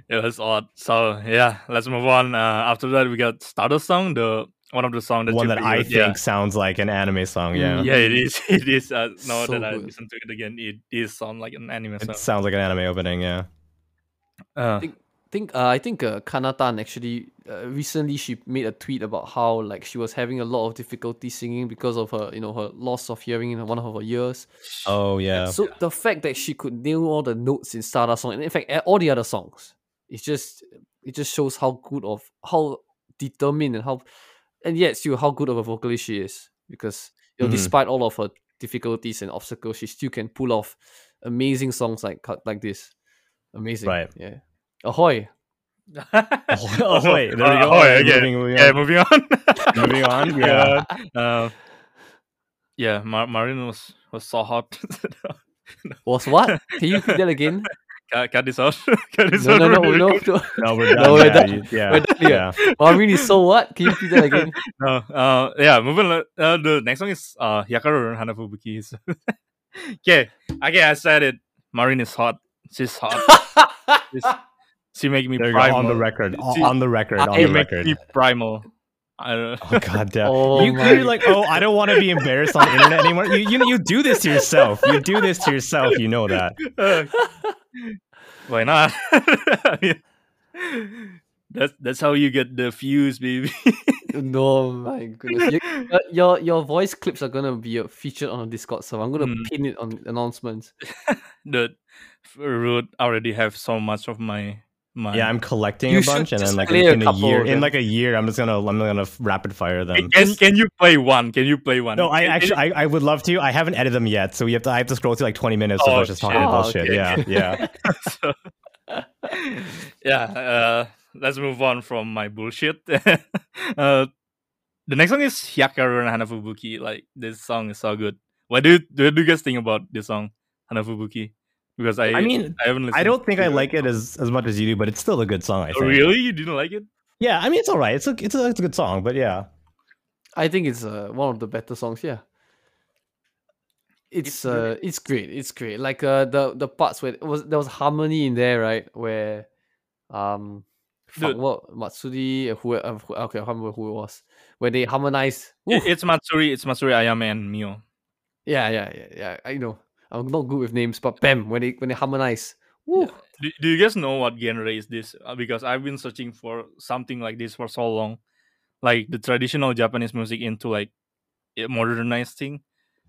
S1: It was odd. So yeah, let's move on. Uh, after that, we got Stardust song, the one of the song that
S3: one
S1: you
S3: that I
S1: previewed.
S3: think sounds like an anime song.
S2: Mm.
S3: Yeah.
S1: Yeah. yeah, it is. It is. Uh, now
S2: So
S1: that I
S2: good.
S1: listen to it again, it is sound like an anime
S3: It
S1: song.
S3: sounds like an anime opening, yeah.
S1: Uh,
S2: think uh, I think uh, Kanatan actually uh, recently she made a tweet about how like she was having a lot of difficulty singing because of her you know her loss of hearing in one of her ears.
S3: Oh yeah.
S2: So the fact that she could nail all the notes in Stardust song and in fact a- all the other songs, it just it just shows how good of how determined and how and yet still how good of a vocalist she is because you know,
S3: Mhm.
S2: despite all of her difficulties and obstacles, she still can pull off amazing songs like ca- like this. Amazing,
S3: Right.
S2: Yeah. Ahoy!
S3: oh wait, there we go.
S1: Ahoy,
S3: Alright,
S1: yeah.
S3: moving, moving
S1: yeah,
S3: on.
S1: moving on.
S3: Moving on. Yeah.
S1: yeah. Uh, yeah, Mar- Marin was was so hot.
S2: Was what? Can you repeat that again?
S1: cut, cut this out. cut this
S2: no,
S1: out.
S2: no, no,
S1: We're
S2: no,
S1: recording.
S2: no.
S3: No, we're done.
S2: No, we're
S3: yeah,
S2: done.
S3: you- yeah.
S2: We're done here.
S3: yeah.
S2: Well, really, so what? Can you repeat that again?
S1: No, uh, yeah, moving on. Uh, the next song is uh, Yakaru and Hanafubuki. okay, okay, I said it. Marin is hot. She's hot. She make me
S3: There you go.
S1: primal.
S3: On the record. On
S1: See,
S3: on the record. On
S2: I-
S1: She
S3: the
S2: It
S1: make
S3: record.
S1: me primal. I don't
S3: Oh god damn.
S2: Oh
S3: you
S2: my-
S3: you're like, oh, I don't want to be embarrassed on the internet anymore. You, you you do this to yourself. You do this to yourself. You know that.
S1: Uh, Why not? I mean, that's that's how you get the views, baby.
S2: no, my goodness. You- uh, your your voice clips are gonna be uh, featured on a Discord server. I'm gonna
S1: Mm.
S2: pin it on announcements.
S1: the root already have so much of my my
S3: Yeah, I'm collecting
S2: You
S3: a
S2: should
S3: bunch, and then
S2: just
S3: like
S2: play a
S3: in a
S2: couple
S3: year,
S2: of
S3: in
S2: them.
S3: like a year, I'm just gonna I'm gonna rapid fire them.
S1: Can- can, can you play one can you play one
S3: No, I
S1: Can- can
S3: actually,
S1: you-
S3: I, I would love to. I haven't edited them yet, so we have to. I have to scroll through like twenty minutes of
S1: Oh,
S3: us just talking
S1: shit.
S3: about
S2: Oh,
S3: shit.
S2: okay.
S3: Yeah, yeah.
S1: so- yeah uh let's move on from my bullshit uh the next song is Hyakaru and Hanafubuki like this song is so good what do you, what do you guys think about this song Hanafubuki because I
S3: I mean,
S1: I haven't listened
S3: I don't think
S1: to
S3: I
S1: it. Oh,
S3: like it as, as much as you do, but it's still a good song. I think.
S1: really you didn't like it
S3: Yeah, I mean, it's all right. It's a, it's a, it's a good song, but yeah,
S2: I think it's uh, one of the better songs. Yeah. it's,
S1: It's
S2: uh
S1: really-
S2: it's great it's great like uh the the parts where it was there was harmony in there right where um fuck,
S1: Dude.
S2: what matsudi uh, who, uh, who okay i can't remember who it was where they harmonized
S1: It- it's Matsuri, it's Matsuri Ayame and Mio.
S2: yeah yeah yeah yeah i know i'm not good with names but bam when they when they harmonize Woo.
S1: Do, do you guys know what genre is this? Uh, Because I've been searching for something like this for so long, like the traditional Japanese music into like a modernized thing.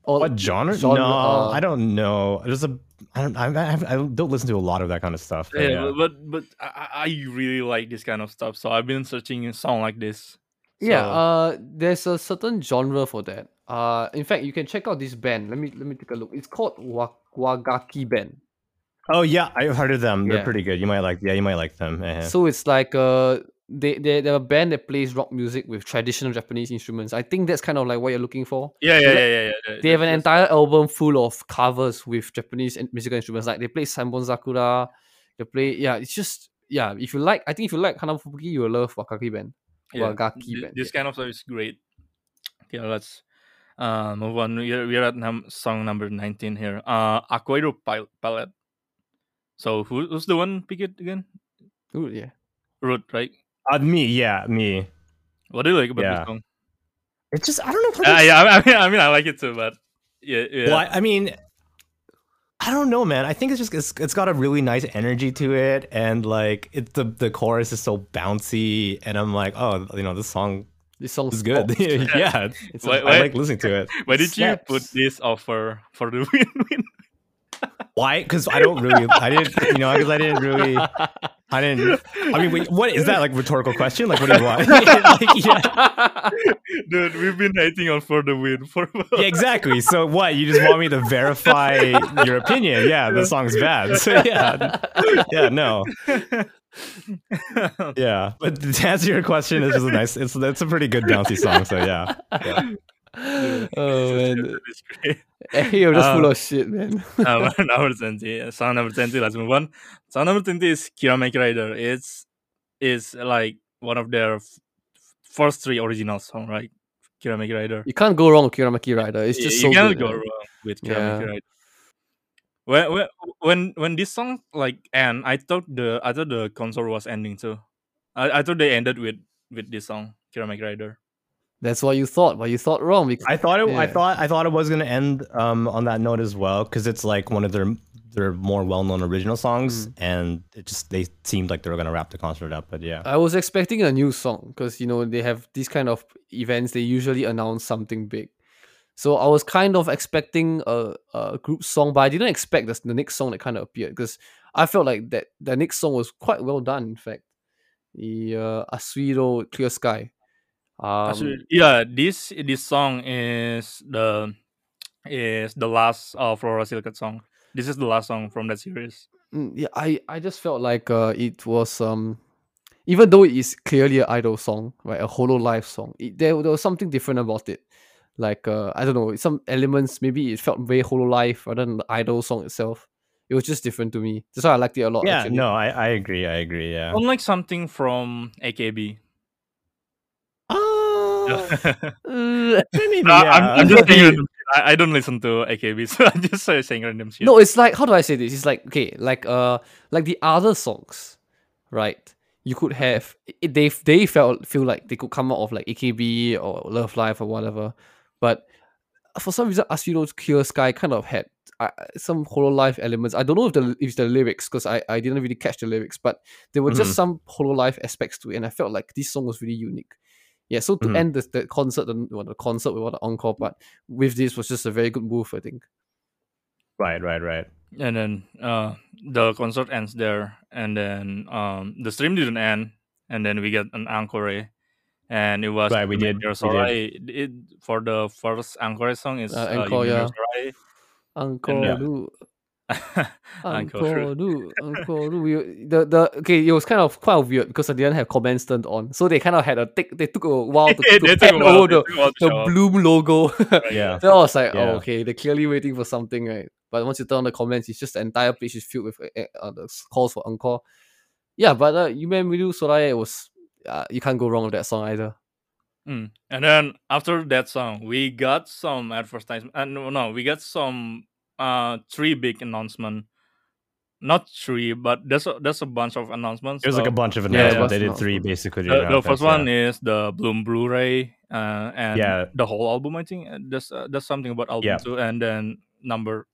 S2: All-
S3: What genre?
S2: genre,
S3: no,
S2: uh,
S3: I don't know. There's a I don't I, I, I don't listen to a lot of that kind of stuff. but
S1: Yeah,
S3: yeah.
S1: but but I, I I really like this kind of stuff, so I've been searching a song like this.
S2: Yeah,
S1: So-
S2: uh, there's a certain genre for that. Uh, in fact, you can check out this band. Let me let me take a look. It's called Wa- Wagaki Band.
S3: Oh yeah, I've heard of them.
S2: Yeah.
S3: They're pretty good. You might like. Yeah, you might like them. Uh-huh.
S2: So it's like uh, they they they're a band that plays rock music with traditional Japanese instruments. I think that's kind of like what you're looking for.
S1: Yeah, yeah,
S2: They-
S1: yeah, yeah. yeah, yeah.
S2: They have an
S1: That's-
S2: entire album full of covers with Japanese in- musical instruments. Like they play Sanbon Sakura. They play yeah. It's just yeah. If you like, I think if you like Hana Fubuki, you will love Wagaki Band.
S1: yeah.
S2: Wagaki
S1: Th-
S2: band,
S1: This
S2: yeah.
S1: kind of stuff is great. Okay, let's uh, move on. We're, we're at num- song number 19 here. Uh, Aquero Pal- Palette. So who, who's the one pick it again?
S2: Ooh, yeah.
S1: Root, right?
S3: Uh, me, yeah, me.
S1: What do you like about
S3: Yeah.
S1: this song?
S3: It's just I don't know.
S1: Uh, yeah, I mean, I mean, I like it too, but yeah, yeah.
S3: Well, I, I mean, I don't know, man. I think it's just it's, it's got a really nice energy to it, and like it the the chorus is so bouncy, and I'm like, oh, you know, this song
S2: This song
S3: is good.
S2: slaps.
S3: yeah, it's-
S2: It's
S1: Why-
S2: a-
S1: why-
S3: I like listening to it.
S1: Why did you put
S2: slaps.
S1: this offer for the win-win?
S3: Why? Because I don't really, I didn't, you know, because I didn't really, I didn't. I mean, wait, what is that like rhetorical question? Like, what do you want? Like, yeah.
S1: Dude, we've been hating on for the win for
S3: yeah, exactly. So what? You just want me to verify your opinion? Yeah, the song's bad. So yeah, yeah, no,
S1: Oh,
S3: yeah. But to answer your question, it's just a nice. It's that's a pretty good bouncy song. So yeah,
S2: oh man,
S1: It's great.
S2: you're just full
S3: Um,
S2: of shit, man.
S1: uh, number 20 uh, song number 20 let's move on song number 20 is Kirame Rider it's is like one of their f- first three original song right Kirame Rider
S2: You can't go wrong with Kiramaki Rider. It's
S1: Y-
S2: just
S1: you
S2: so
S1: cannot
S2: good.
S1: go
S2: man.
S1: wrong with
S2: Yeah.
S1: Kirame Rider when, when when when this song like end I thought the I thought the concert was ending too I, I thought they ended with with this song Kirame Rider
S2: That's what you thought, but you thought wrong. Because
S3: I thought it. I
S2: Yeah.
S3: thought I thought it was gonna end um, on that note as well because it's like one of their their more well known original songs, and it just they seemed like they were gonna wrap the concert up. But yeah,
S2: I was expecting a new song because you know they have these kind of events. They usually announce something big, so I was kind of expecting a, a group song, but I didn't expect the, the next song that kind of appeared because I felt like that the next song was quite well done. In fact, the uh, Asuiro Clear Sky. Um,
S1: Actually, yeah this this song is the is the last uh Flora Silicate song this is the last song from that series
S2: Mm, yeah, I, I just felt like uh, it was um, even though it is clearly an idol song, right, a Hollow Life song, it, there there was something different about it. Like uh, I don't know, some elements maybe it felt very Hollow Life rather than the idol song itself. It was just different to me. That's why I liked it a lot.
S3: yeah.
S2: actually.
S3: No, I, I agree. I agree. Yeah.
S1: unlike something from AKB
S3: Uh,
S1: Uh,
S2: Uh,
S3: maybe,
S1: I'm,
S3: yeah.
S1: I'm just saying random shit. I, I don't listen to AKB so I'm just uh, saying random shit
S2: No, it's like how do I say this? It's like okay, like uh, like the other songs, right? You could have it, they they felt feel like they could come out of like AKB or Love Live or whatever, but for some reason, Asuro's Clear Sky kind of had uh, some Hololive elements. I don't know if the if the lyrics because I I didn't really catch the lyrics, but there were just some Hololive aspects to it, and I felt like this song was really unique. Yeah, so to
S3: Mhm.
S2: end the, the concert, the, well, the concert without the encore part with this was just a very good move, I think.
S3: right, right, right.
S1: and then uh the concert ends there and then um the stream didn't end and then we get an encore and it was
S3: Right, we did,
S1: Yumiura
S3: we
S1: Sorai. It, for the first encore song is
S2: Uh, encore,
S1: Yumiura
S2: yeah.
S1: Sorai.
S2: Encore
S3: yeah.
S2: Lu,
S1: Uncle
S2: Uncle Lu, Uncle Lu. We- The the okay, it was kind of quite weird because I didn't have comments turned on, so they kind of had a take. They took a while to,
S1: Yeah,
S2: to
S1: they took a
S2: pan
S1: while-
S2: over
S1: they
S2: Oh, the,
S1: took a while to
S2: the
S1: show up,
S2: Bloom logo. then
S1: right?
S3: Yeah.
S2: I was like,
S3: Yeah.
S2: oh, okay, they're clearly waiting for something, right? But once you turn on the comments, it's just the entire page is filled with uh, uh, the s- calls for encore. Yeah, but uh, you Miru Soraya was uh, you can't go wrong with that song either.
S1: Mm. And then after that song, we got some advertisement. Uh, no, no, we got some uh three big announcement. Not three, but there's a, there's a bunch of announcements.
S3: It was like a
S1: So
S3: bunch of
S2: Yeah,
S3: announcements.
S2: lots
S3: they
S2: of
S3: did three
S2: announcements.
S3: basically.
S1: the,
S3: around
S1: the first
S3: Festa.
S1: one is the Bloom Blu-ray uh, and
S3: Yeah.
S1: the whole album. I think Uh, there's uh, there's something about album
S3: Yeah.
S1: too. And then number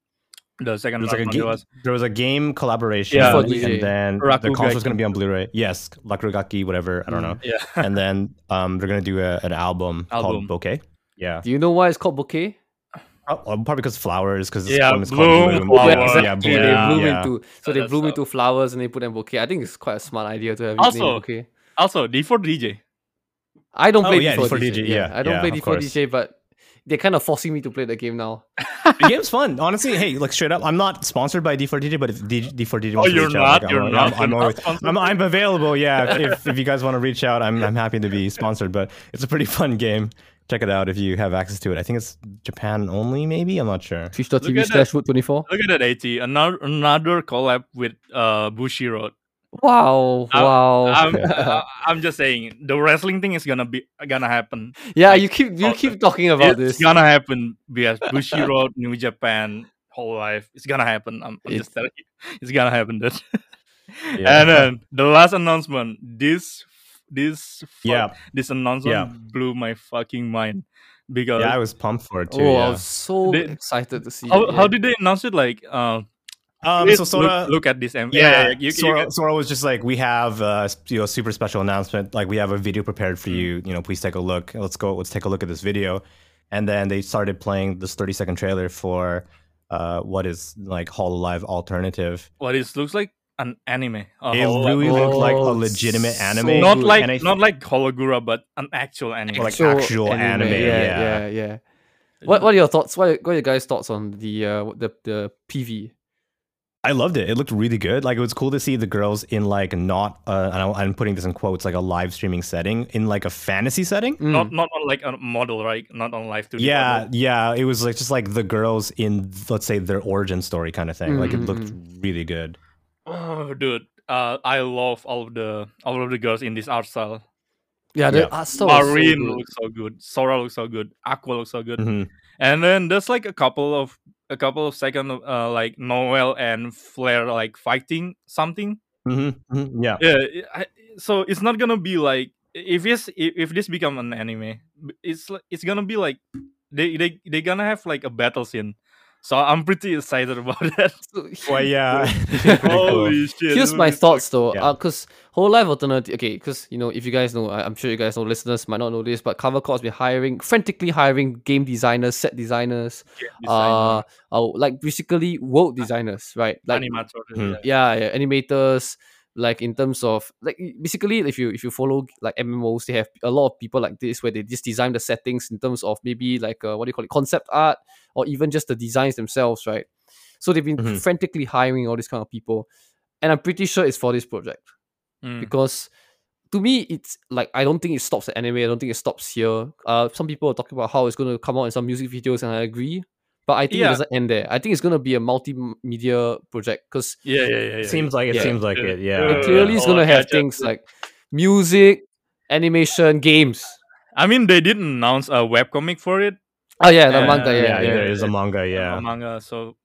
S1: the second
S3: There was, like a
S1: announcement
S3: ga-
S1: was
S3: there was a game collaboration,
S1: Yeah.
S2: For DJ.
S3: and then the
S1: Rakugaki.
S3: console was going to be on Blu-ray. Yes, Lakrugaki, whatever, I don't know.
S1: Mm, yeah.
S3: and then um, they're going to do a, an album,
S1: Album.
S3: called Bouquet. Yeah,
S2: Do you know why it's called bouquet?
S3: Oh, oh, probably because flowers, because
S1: Yeah,
S3: one is
S1: bloom,
S3: called Bloom.
S1: flowers.
S3: Yeah,
S2: exactly.
S3: bloom,
S1: yeah,
S2: they bloom
S3: yeah.
S2: into so
S1: So
S2: they
S1: that's
S2: bloom
S1: how-
S2: into flowers and they put them bouquet. I think it's quite a smart idea to have it named
S1: Also-
S2: bouquet.
S1: also D for DJ.
S2: I don't
S3: Oh,
S2: play
S3: yeah,
S2: D4
S3: D4
S2: DJ.
S3: DJ,
S2: Yeah,
S3: yeah,
S2: I don't
S3: yeah,
S2: play
S3: of
S2: D4
S3: course.
S2: DJ, but they're kind of forcing me to play the game now.
S3: the game's fun, honestly. Hey, like straight up, I'm not sponsored by D4DJ, but if D- D4DJ wants to
S1: Oh, you're
S3: reach out,
S1: not,
S3: like,
S1: you're
S3: I'm,
S1: not,
S3: I'm, I'm,
S1: you're not
S3: always,
S1: sponsored.
S3: I'm, I'm available. Yeah, if, if, if you guys want to reach out, I'm I'm happy to be sponsored. But it's a pretty fun game. Check it out if you have access to it. I think it's Japan only, maybe. I'm not sure.
S1: Look
S2: Twitch.tv
S1: at
S2: slash root24.
S1: Look at that AT. Another another collab with uh Bushiroad.
S2: Wow,
S1: I'm-
S2: wow.
S1: I'm, I- I'm just saying the wrestling thing is gonna be gonna happen.
S2: yeah, you keep you
S1: Oh,
S2: keep talking about
S1: it's
S2: this.
S1: gonna happen because Bushiroad, New Japan, whole life. It's gonna happen. I'm, I'm
S2: It's-
S1: just telling you, it's gonna happen. Dude.
S3: Yeah.
S1: And then the last announcement. This this fuck-
S3: Yeah,
S1: this announcement
S3: Yeah.
S1: blew my fucking mind because
S3: yeah, I was pumped for it too.
S2: oh, I
S3: yeah.
S2: was so
S1: They-
S2: excited to see.
S1: how,
S2: it,
S1: how
S2: yeah.
S1: did they announce it? Like, uh,
S3: um,
S1: please
S3: so Sora,
S1: look, look at this. M-
S3: yeah,
S1: you, you
S3: Sora,
S1: can-
S3: Sora was just like, we have a you know, super special announcement. Like, we have a video prepared
S1: Hmm.
S3: for you. You know, please take a look. Let's go. Let's take a look at this video. And then they started playing this 30 second trailer for uh, what is like Hall Live Alternative.
S1: what it looks like an anime. a
S3: It
S1: whole-
S3: really
S2: Oh,
S3: looked like a
S2: so
S3: legitimate anime.
S2: good.
S1: not
S2: Dude,
S1: like
S3: and I-
S1: not like Hologura, but an actual anime.
S3: Like
S2: Actual
S3: actual anime,
S2: Yeah, yeah,
S3: yeah.
S2: yeah. What what are your thoughts? What are, what are your guys' thoughts on the uh the the PV?
S3: I loved it. It looked really good. Like it was cool to see the girls in like not uh, and I- I'm putting this in quotes like a live streaming setting in like a fantasy setting.
S2: Mm.
S1: not not on like a model, right? Not on live to
S3: yeah yeah it was like just like the girls in let's say their origin story kind of thing like it
S2: Mhm,
S3: looked really good
S1: Oh, dude, uh, I love all of the all of the girls in this art style.
S2: yeah, the ah,
S3: yeah.
S2: art style was so
S1: Marine
S2: good.
S1: looks so good. Sora looks so good. Aqua looks so
S2: Mm.
S1: good.
S3: Mhm.
S1: And then there's like a couple of a couple of second of, uh, like Noel and Flair like fighting something.
S3: Mhm, mhm, yeah
S1: Yeah. I, I- so it's not gonna be like if this if if this become an anime, b- it's li- it's gonna be like they they they gonna have like a battle scene. So I'm pretty excited about that.
S2: So-
S3: well yeah
S1: Holy shit!
S2: Here's
S1: this
S2: my
S1: is so
S2: thoughts though,
S3: Yeah.
S2: because whole life alternative. Okay, because you know, if you guys know, I, I'm sure you guys know. Listeners might not know this, but Covercore has been hiring frantically hiring game designers, set designers,
S1: good
S2: uh,
S1: design,
S2: uh, like basically world designers, right? Like
S1: animator,
S3: Hmm.
S1: yeah.
S2: yeah, yeah, animators. Like in terms of like y- basically, if you if you follow like MMOs, they have a lot of people like this where they just design the settings in terms of maybe like uh, what do you call it, concept art, or even just the designs themselves, right? So they've been
S3: Mhm.
S2: frantically hiring all these kind of people, and I'm pretty sure it's for this project
S1: Hmm.
S2: because to me it's like I don't think it stops at anime. I don't think it stops here. Uh, some people are talking about how it's going to come out in some music videos, and I agree. But I think
S1: Yeah.
S2: it doesn't end there. I think it's going to be a multimedia project because
S1: Yeah, yeah, yeah. yeah.
S3: seems like it
S2: Yeah.
S3: seems like
S1: Yeah.
S3: it
S1: Yeah.
S3: yeah
S2: it clearly is
S1: or
S2: going to have
S1: gadgets
S2: things
S1: and-
S2: like music, animation, games.
S1: I mean, they did announce a webcomic for it,
S2: Oh yeah, the
S1: Yeah,
S2: manga,
S3: yeah,
S2: yeah, yeah.
S3: there is a manga
S1: a
S3: yeah
S1: manga. So,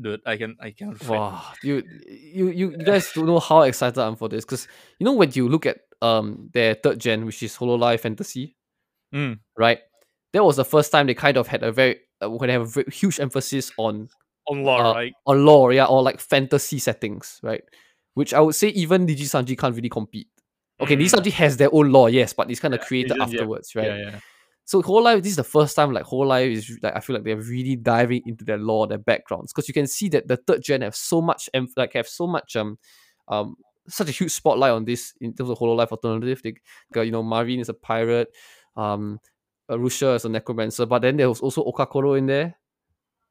S1: dude, I can, I can't. fit.
S2: Wow, you, you, you you guys don't know how excited I'm for this because you know when you look at um their third gen, which is Hololive Fantasy,
S1: Mm.
S2: right? That was the first time they kind of had a very uh, when they have a very huge emphasis on
S1: On lore,
S2: Uh,
S1: right?
S2: on lore, yeah, or like fantasy settings, right? Which I would say even Niji Sanji can't really compete. Okay, Niji Sanji has their own lore, yes, but it's kind of created
S1: just- yeah,
S2: afterwards, right?
S1: mm. Yeah, yeah.
S2: So whole life, this is the first time like whole life is like I feel like they're really diving into their lore, their backgrounds, because you can see that the third gen have so much em- like have so much um um such a huge spotlight on this in terms of whole life alternative. They got you know Marvin is a pirate, um, Arusha is a necromancer, but then there was also Okakoro in there.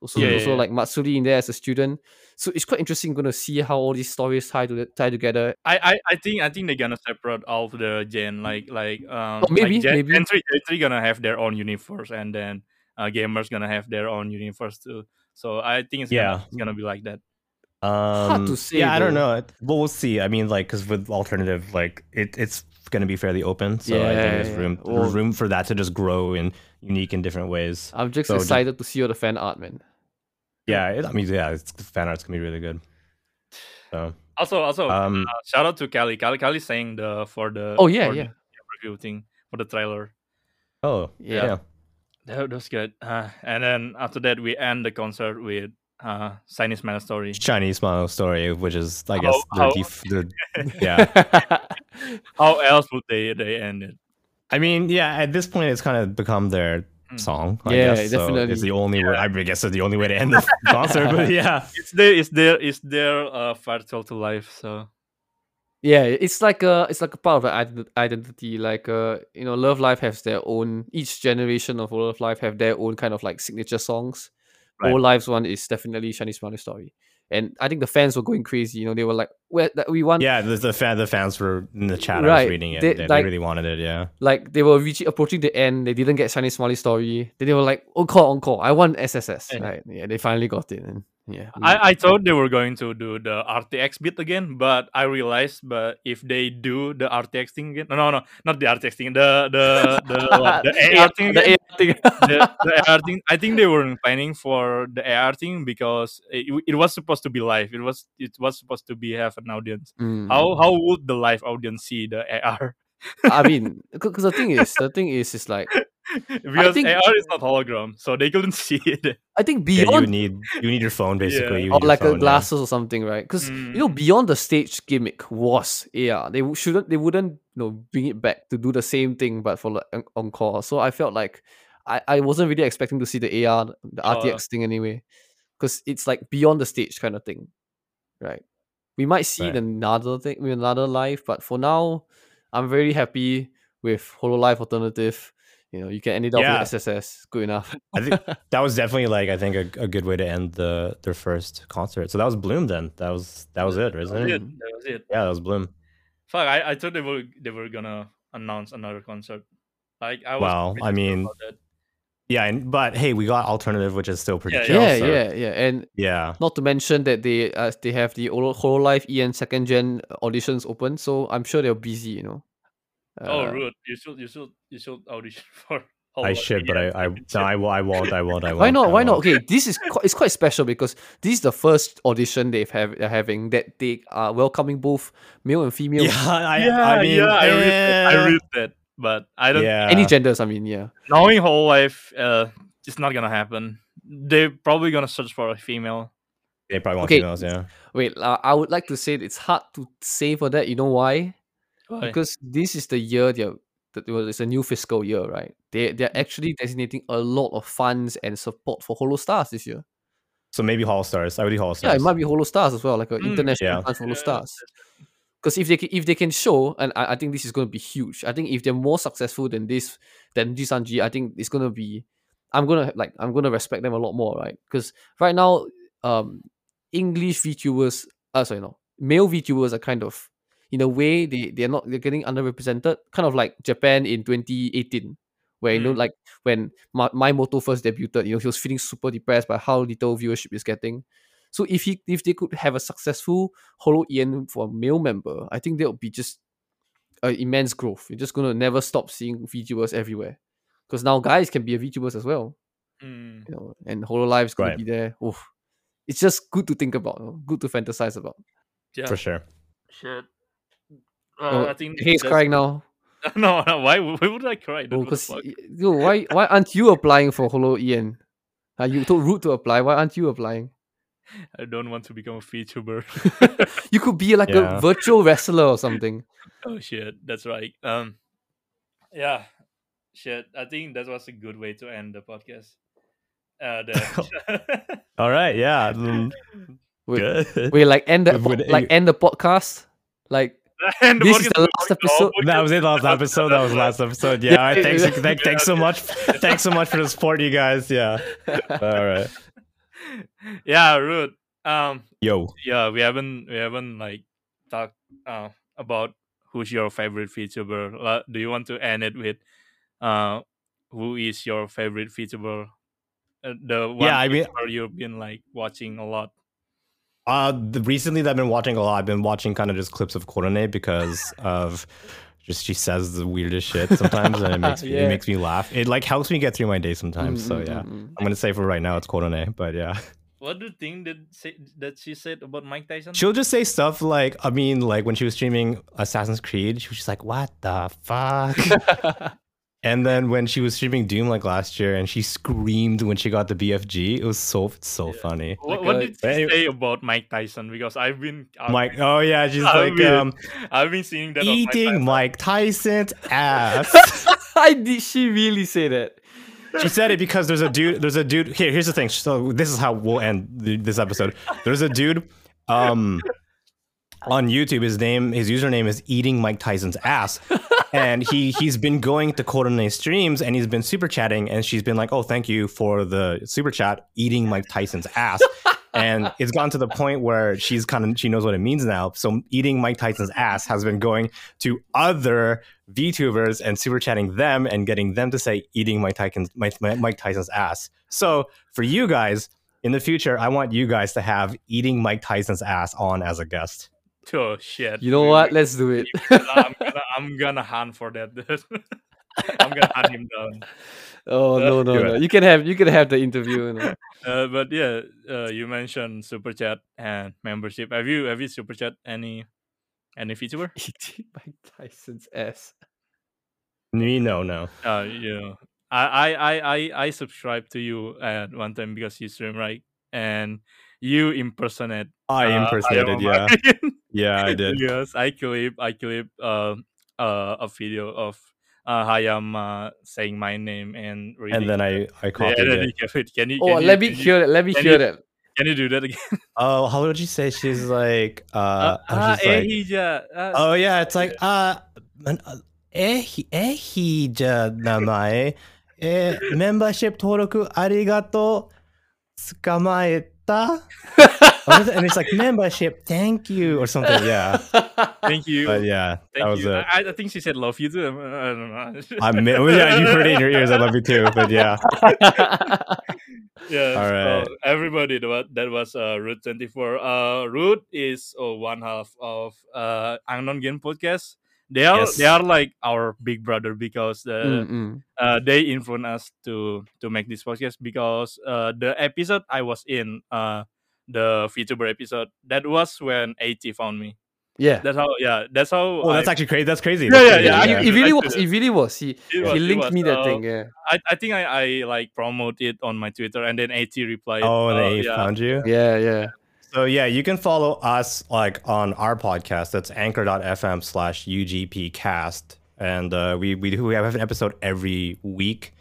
S2: Also,
S1: Yeah, yeah,
S2: also
S1: yeah.
S2: like Matsuri in there as a student, so it's quite interesting going to see how all these stories tie to tie together.
S1: I, I, I think, I think they're gonna separate all of the gen, like, like, um, like
S2: Oh, maybe,
S1: gen,
S2: maybe.
S1: Gen three, gen three gonna have their own universe, and then uh, gamers gonna have their own universe too. So I think it's gonna,
S3: Yeah.
S1: it's gonna be like that.
S3: Um,
S2: to say,
S3: Yeah, I don't
S2: though.
S3: know. Well, we'll see. I mean, like, because with alternative, like, it, it's going to be fairly open. So I
S2: Yeah,
S3: think there's
S2: yeah.
S3: room
S2: Well- Uh,
S3: there's room for that to just grow in unique and different ways.
S2: I'm just
S3: So just-
S2: excited to see all the fan art, man.
S3: Yeah, it, I mean, yeah, it's, the fan art's gonna be really good. So,
S1: Also, also
S3: um,
S1: uh, shout out to Kelly. Kelly, Kelly saying the for the
S2: Oh, yeah,
S1: for
S2: yeah.
S1: the review thing for the trailer. uh,
S3: oh
S2: Yeah.
S3: yeah,
S1: That, that was good. Uh, and then after that, we end the concert with uh, Chinese Man Story.
S3: Chinese smile story, which is I
S1: How-
S3: guess
S1: how-
S3: their def- their- yeah.
S1: How else would they they end it?
S3: I mean, yeah, at this point, it's kind of become their
S1: Mm.
S3: song. I
S2: Yeah,
S3: guess. So
S2: definitely.
S3: it's the only way. I mean, I guess it's the only way to end the concert. But yeah,
S1: It's there. It's there. It's their uh, virtual to life. So
S2: yeah, it's like a it's like a part of an ident- identity. Like uh, you know, Love Live has their own. Each generation of Love Live have their own kind of like signature songs.
S3: Right.
S2: All Lives one is definitely Chinese Family Story, and I think the fans were going crazy. You know, they were like, "Where that we want
S3: yeah. The, the fan, the fans were in the chat. I
S2: Right,
S3: was reading it.
S2: they-
S3: They,
S2: like-
S3: they really wanted it. Yeah.
S2: like they were reaching approaching the end, they didn't get Chinese Smiley story. Then they were like, encore, encore, I want SSS.
S1: Yeah.
S2: Right. Yeah, they finally got it. And yeah.
S1: I, I thought they were going to do the RTX bit again, but I realized, but if they do the RTX thing again, no, no, no, not the RTX thing, the the the, what, the AR thing,
S2: The
S1: again,
S2: AR thing.
S1: the, the AR thing. I think they were planning for the AR thing because it, it was supposed to be live. It was it was supposed to be have an audience.
S2: Mm.
S1: How
S3: Hmm.
S1: how would the live audience see the AR?
S2: I mean, because the thing is, the thing is, is like
S1: because
S2: think-
S1: AR is not hologram, so they couldn't see it.
S2: I think
S3: Yeah, you would
S2: beyond
S3: need you need your phone basically.
S1: Yeah.
S3: You
S2: or
S3: need your
S2: like
S3: phone,
S2: a
S3: yeah.
S2: glasses or something, right? Because you know,
S1: Mm.
S2: beyond the stage gimmick was AR. They w- shouldn't, they wouldn't, you know, bring it back to do the same thing, but for like en- encore. So I felt like I, I wasn't really expecting to see the AR, the
S1: Oh.
S2: RTX thing anyway, because it's like beyond the stage kind of thing, right? We might see it
S3: Right.
S2: another thing, with another live, but for now, I'm very happy with Hololive Alternative. You know, you can end it up
S3: Yeah.
S2: with SSS. Good enough.
S3: I think that was definitely like I think a, a good way to end the their first concert. So that was Bloom. Then that was that was it,
S1: Hmm. That
S3: wasn't
S1: was
S3: it?
S1: it. That was it.
S3: Yeah, that was Bloom.
S1: Fuck, I, I thought they were they were gonna announce another concert. Like I was.
S3: Well, I
S1: confident
S3: mean,
S1: about that.
S3: yeah, and, but hey, we got alternative, which is still pretty
S1: Yeah,
S3: chill.
S2: yeah,
S3: so-
S2: yeah, yeah. And
S3: yeah.
S2: Not to mention that they uh, they have the Holo- Hololive EN second gen auditions open, so I'm sure they're busy, you know.
S1: oh,
S2: Uh,
S1: rude! You should you should you should audition for.
S3: I should, but I, I no, I, wo- I won't, I won't, I won't.
S2: Why
S3: I
S2: not? Why
S3: won't.
S2: not? Okay, this is quite, it's quite special because this is the first audition they've have they're having that they are welcoming both male and female,
S3: Yeah, I,
S1: yeah,
S3: I mean,
S1: yeah, I read, that. I
S3: eh,
S1: read that, but I don't.
S3: yeah.
S2: any genders. I mean, yeah,
S1: Knowing whole life, uh, it's not gonna happen. They're probably gonna search for a female.
S3: They probably want
S2: Okay.
S3: females, yeah.
S2: Wait, uh, I would like to say that it's hard to say for that. You know why?
S1: Why?
S2: Because this is the year they're. that- Well, it's a new fiscal year, right? They they're actually designating a lot of funds and support for Holo Stars this year.
S3: So maybe Hall Stars. I would do Hall Stars.
S2: Yeah,
S3: Hmm.
S2: it might be Holo Stars as well, like an
S1: Mm,
S2: international
S3: yeah.
S2: fund for Holo
S1: Yeah,
S2: Stars. Because if they ca- if they can show, and I, I think this is going to be huge. I think if they're more successful than this than Jisanji, I think it's going to be. I'm gonna like I'm gonna respect them a lot more, right? Because right now, um, English VTubers, uh, sorry, no, male VTubers are kind of in a way they they're not they're getting underrepresented, kind of like Japan in 2018, where you know
S1: Mm.
S2: like when my, my moto first debuted, you know he was feeling super depressed by how little viewership is getting. So if he if they could have a successful Holo EN for a male member, I think that would be just an immense growth. You're just gonna never stop seeing VTubers everywhere, because now guys can be a VTubers as well,
S1: Mm.
S2: you know, and Hololive is gonna
S3: Right.
S2: be there. Oof. It's just good to think about, you know, good to fantasize about.
S1: Yeah.
S3: for sure.
S1: Shit.
S2: Oh,
S1: Uh, I think
S2: He's
S1: that's-
S2: crying now.
S1: no, no, why, why would I cry? dude?
S2: Oh,
S1: What the
S2: because
S1: fuck?
S2: yo, why why aren't you applying for Holo EN? Uh, you told Root to apply. Why aren't you applying?
S1: I don't want to become a VTuber.
S2: You could be like a
S3: Yeah.
S2: virtual wrestler or something.
S1: Oh shit, that's right. Um, yeah, shit. I think that was a good way to end the podcast. Uh, the...
S3: All right, yeah. mm,
S2: Wait,
S3: Good.
S2: We like end the
S3: With- with-
S2: like end the podcast. Like
S1: And
S2: This is
S1: podcast
S2: the
S1: going
S2: last
S1: off
S2: episode.
S3: That was it. Last episode. That was last episode. Yeah. all right, thanks. Thank, thanks so much. Thanks so much for the support, you guys. Yeah. All right.
S1: with- yeah, rude. Um,
S3: Yo.
S1: yeah, we haven't we haven't like talked uh, about who's your favorite VTuber. Uh, do you want to end it with uh, who is your favorite VTuber? Uh, the one
S3: Yeah, I mean-
S1: VTuber you've been like watching a lot.
S3: Uh, the, recently, that I've been watching a lot. I've been watching kind of just clips of Korone because of Just she says the weirdest shit sometimes, and it makes me,
S2: Yeah.
S3: it makes me laugh. It like helps me get through my day sometimes. So
S1: Mm-hmm,
S2: Mm, mm,
S3: yeah,
S2: mm, mm.
S3: I'm gonna say for right now it's Korone, but yeah.
S1: What do you think that say, that she said about Mike Tyson?
S3: She'll just say stuff like, I mean, like when she was streaming Assassin's Creed, she was just like, what the fuck? and then when she was streaming Doom like last year and she screamed when she got the BFG, it was so, so
S1: Yeah.
S3: funny.
S1: what,
S2: Like,
S1: what
S2: uh,
S1: did she
S3: Hey.
S1: say about Mike Tyson? Because I've been I've,
S3: Mike, oh yeah, she's
S1: I
S3: like,
S1: mean,
S3: um,
S1: I've been seeing that on Mike
S3: eating
S1: Tyson.
S3: Mike Tyson's ass.
S2: I did she really say that?
S3: she said it because there's a dude, there's a dude. Here, here's the thing. So this is how we'll end the, this episode. There's a dude, um, on YouTube. His name, his username is eating Mike Tyson's ass, and he he's been going to Korone streams and he's been super chatting, and she's been like, "Oh, thank you for the super chat, eating Mike Tyson's ass." And it's gotten to the point where she's kind of she knows what it means now. So eating Mike Tyson's ass has been going to other VTubers and super chatting them and getting them to say eating Mike Tyson's Mike, Mike Tyson's ass. So for you guys in the future, I want you guys to have eating Mike Tyson's ass on as a guest.
S1: Oh shit!
S2: You know
S1: dude.
S2: what? Let's do it.
S1: I'm gonna I'm gonna hunt for that. dude. I'm gonna hunt him down.
S2: Oh no no
S3: Do
S2: no! You can have you can have the interview. You know.
S1: Uh, but yeah, uh, you mentioned super chat and membership. Have you have you super chat any any VTuber?
S2: Eating Mike Tyson's ass.
S3: Me, no, no.
S1: Uh, yeah, I I I I, I subscribe to you at one time because you stream right and you impersonate.
S3: I
S1: uh,
S3: impersonated,
S1: Iron
S3: yeah.
S1: Man.
S3: Yeah, I did.
S1: yes, I clip I clip uh, uh, a video of uh, Hayama saying my name and reading.
S3: And then I, I
S1: Yeah,
S3: copied
S1: and then
S3: it.
S1: you can, wait, can you?
S2: Oh,
S1: can you-
S2: let me
S1: can you-
S2: hear that. Let me
S1: can
S2: hear
S1: you-
S2: that.
S1: Can you do that again?
S3: Oh, how would you say she's like uh, I was
S1: ah,
S3: just like,
S1: eh, he, yeah, ah,
S3: Oh yeah, it's like uh man, uh, eh eh hija namae eh membership toroku arigato tsukamaeta Or is it- and it's like membership thank you or something yeah
S1: Thank you.
S3: but yeah
S1: Thank
S3: that was
S1: you.
S3: it
S1: I, I think she said love you too. I don't know.
S3: I mean, well, yeah you heard it in your ears I love you too but yeah
S1: yeah.
S3: All right.
S1: So everybody, that was, that was uh, Root 24. Uh, Root is uh one half of uh, Unknown Game Podcast. They are they
S3: Yes.
S1: are like our big brother because uh,
S2: Mm, mm.
S1: uh, they influence us to to make this podcast because uh, the episode I was in uh, the VTuber episode that was when AT found me.
S2: Yeah.
S1: That's how yeah. That's how.
S3: oh that's
S1: I,
S3: actually crazy that's crazy
S1: Yeah,
S3: That's
S1: yeah, yeah,
S2: It-
S3: crazy,
S1: I-
S2: It, really
S1: I-
S2: was. It really was. He
S1: it was-
S2: he
S1: it
S2: linked
S1: was,
S2: me that
S1: uh,
S2: thing. Yeah.
S1: I, I think I, I like promote it on my Twitter and then AT replied.
S3: oh
S1: uh,
S3: they
S1: yeah.
S3: found you
S2: Yeah. Yeah.
S3: So yeah, you can follow us like on our podcast. That's anchor.fm slash UGPcast. And uh, we, we do we have an episode every week.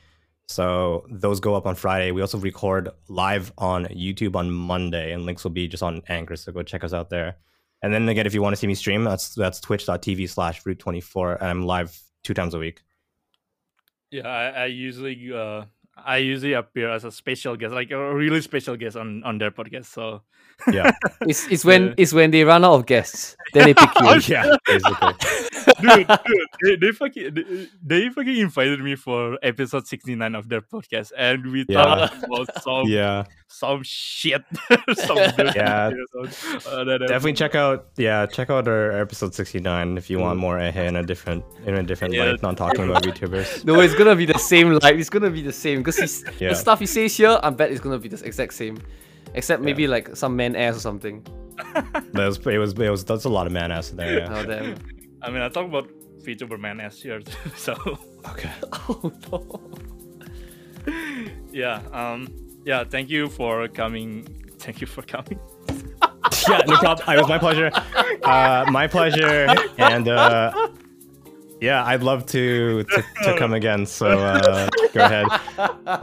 S3: So those go up on Friday. We also record live on YouTube on Monday, and links will be just on Anchor. So go check us out there. And then again, if you want to see me stream, that's that's twitch.tv slash root 24. And I'm live two times a week.
S1: Yeah, I, I usually uh I usually appear as a special guest, like a really special guest on on their podcast. So
S3: Yeah.
S2: It's it's when
S1: Yeah.
S2: it's when they run out of guests, then they pick you.
S3: yeah, basically.
S1: dude, dude they, they fucking they, they fucking invited me for episode sixty nine of their podcast, and we
S3: Yeah.
S1: talked about some
S3: Yeah.
S1: some shit, some dirty
S3: Yeah.
S1: shit or some- uh, that-
S3: Definitely check out yeah, check out our episode sixty nine if you want more eh in a different in a different
S1: Yeah.
S3: light, not talking about VTubers.
S2: No, it's gonna be the same life. It's gonna be the same because
S3: Yeah.
S2: the stuff he says here, I bet it's gonna be the exact same, except maybe like some man ass or something.
S3: That was it was it was that's a lot of man ass in there.
S2: Oh
S3: Yeah.
S2: damn.
S1: I mean, I talk about VTuber man as here, so.
S3: Okay.
S2: Oh no.
S1: yeah um yeah thank you for coming thank you for coming
S3: Yeah, no problem. It was my pleasure. Uh, my pleasure. And uh, yeah, I'd love to to, to come again. So uh, go ahead,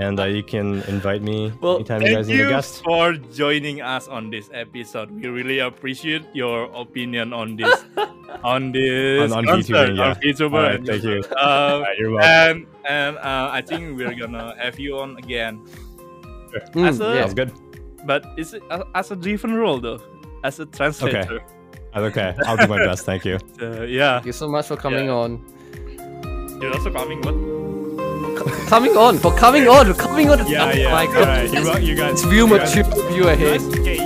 S3: and uh, you can invite me
S2: Well,
S3: anytime you
S1: thank
S3: guys need a
S1: you
S3: guest.
S1: for joining us on this episode we really appreciate your opinion on this on this
S3: On- on
S1: concert,
S3: VTuber, yeah.
S1: on VTuber.
S3: All right, thank you.
S1: Um,
S3: All right, you're welcome.
S1: and and uh, i think we're gonna have you on again
S2: Mm,
S1: As a-
S2: yeah.
S3: Sounds good.
S1: but it's a- as a different role though as a translator
S3: Okay, I'll do my best. Thank you.
S1: uh, yeah
S2: Thank you so much for coming
S1: Yeah.
S2: on.
S1: you're also coming what
S2: Coming on for coming on for coming on.
S3: Yeah,
S2: Oh
S3: yeah.
S2: my
S3: All
S2: god.
S3: right, you, you guys.
S2: It's real
S3: you guys-
S2: mature view ahead.
S1: okay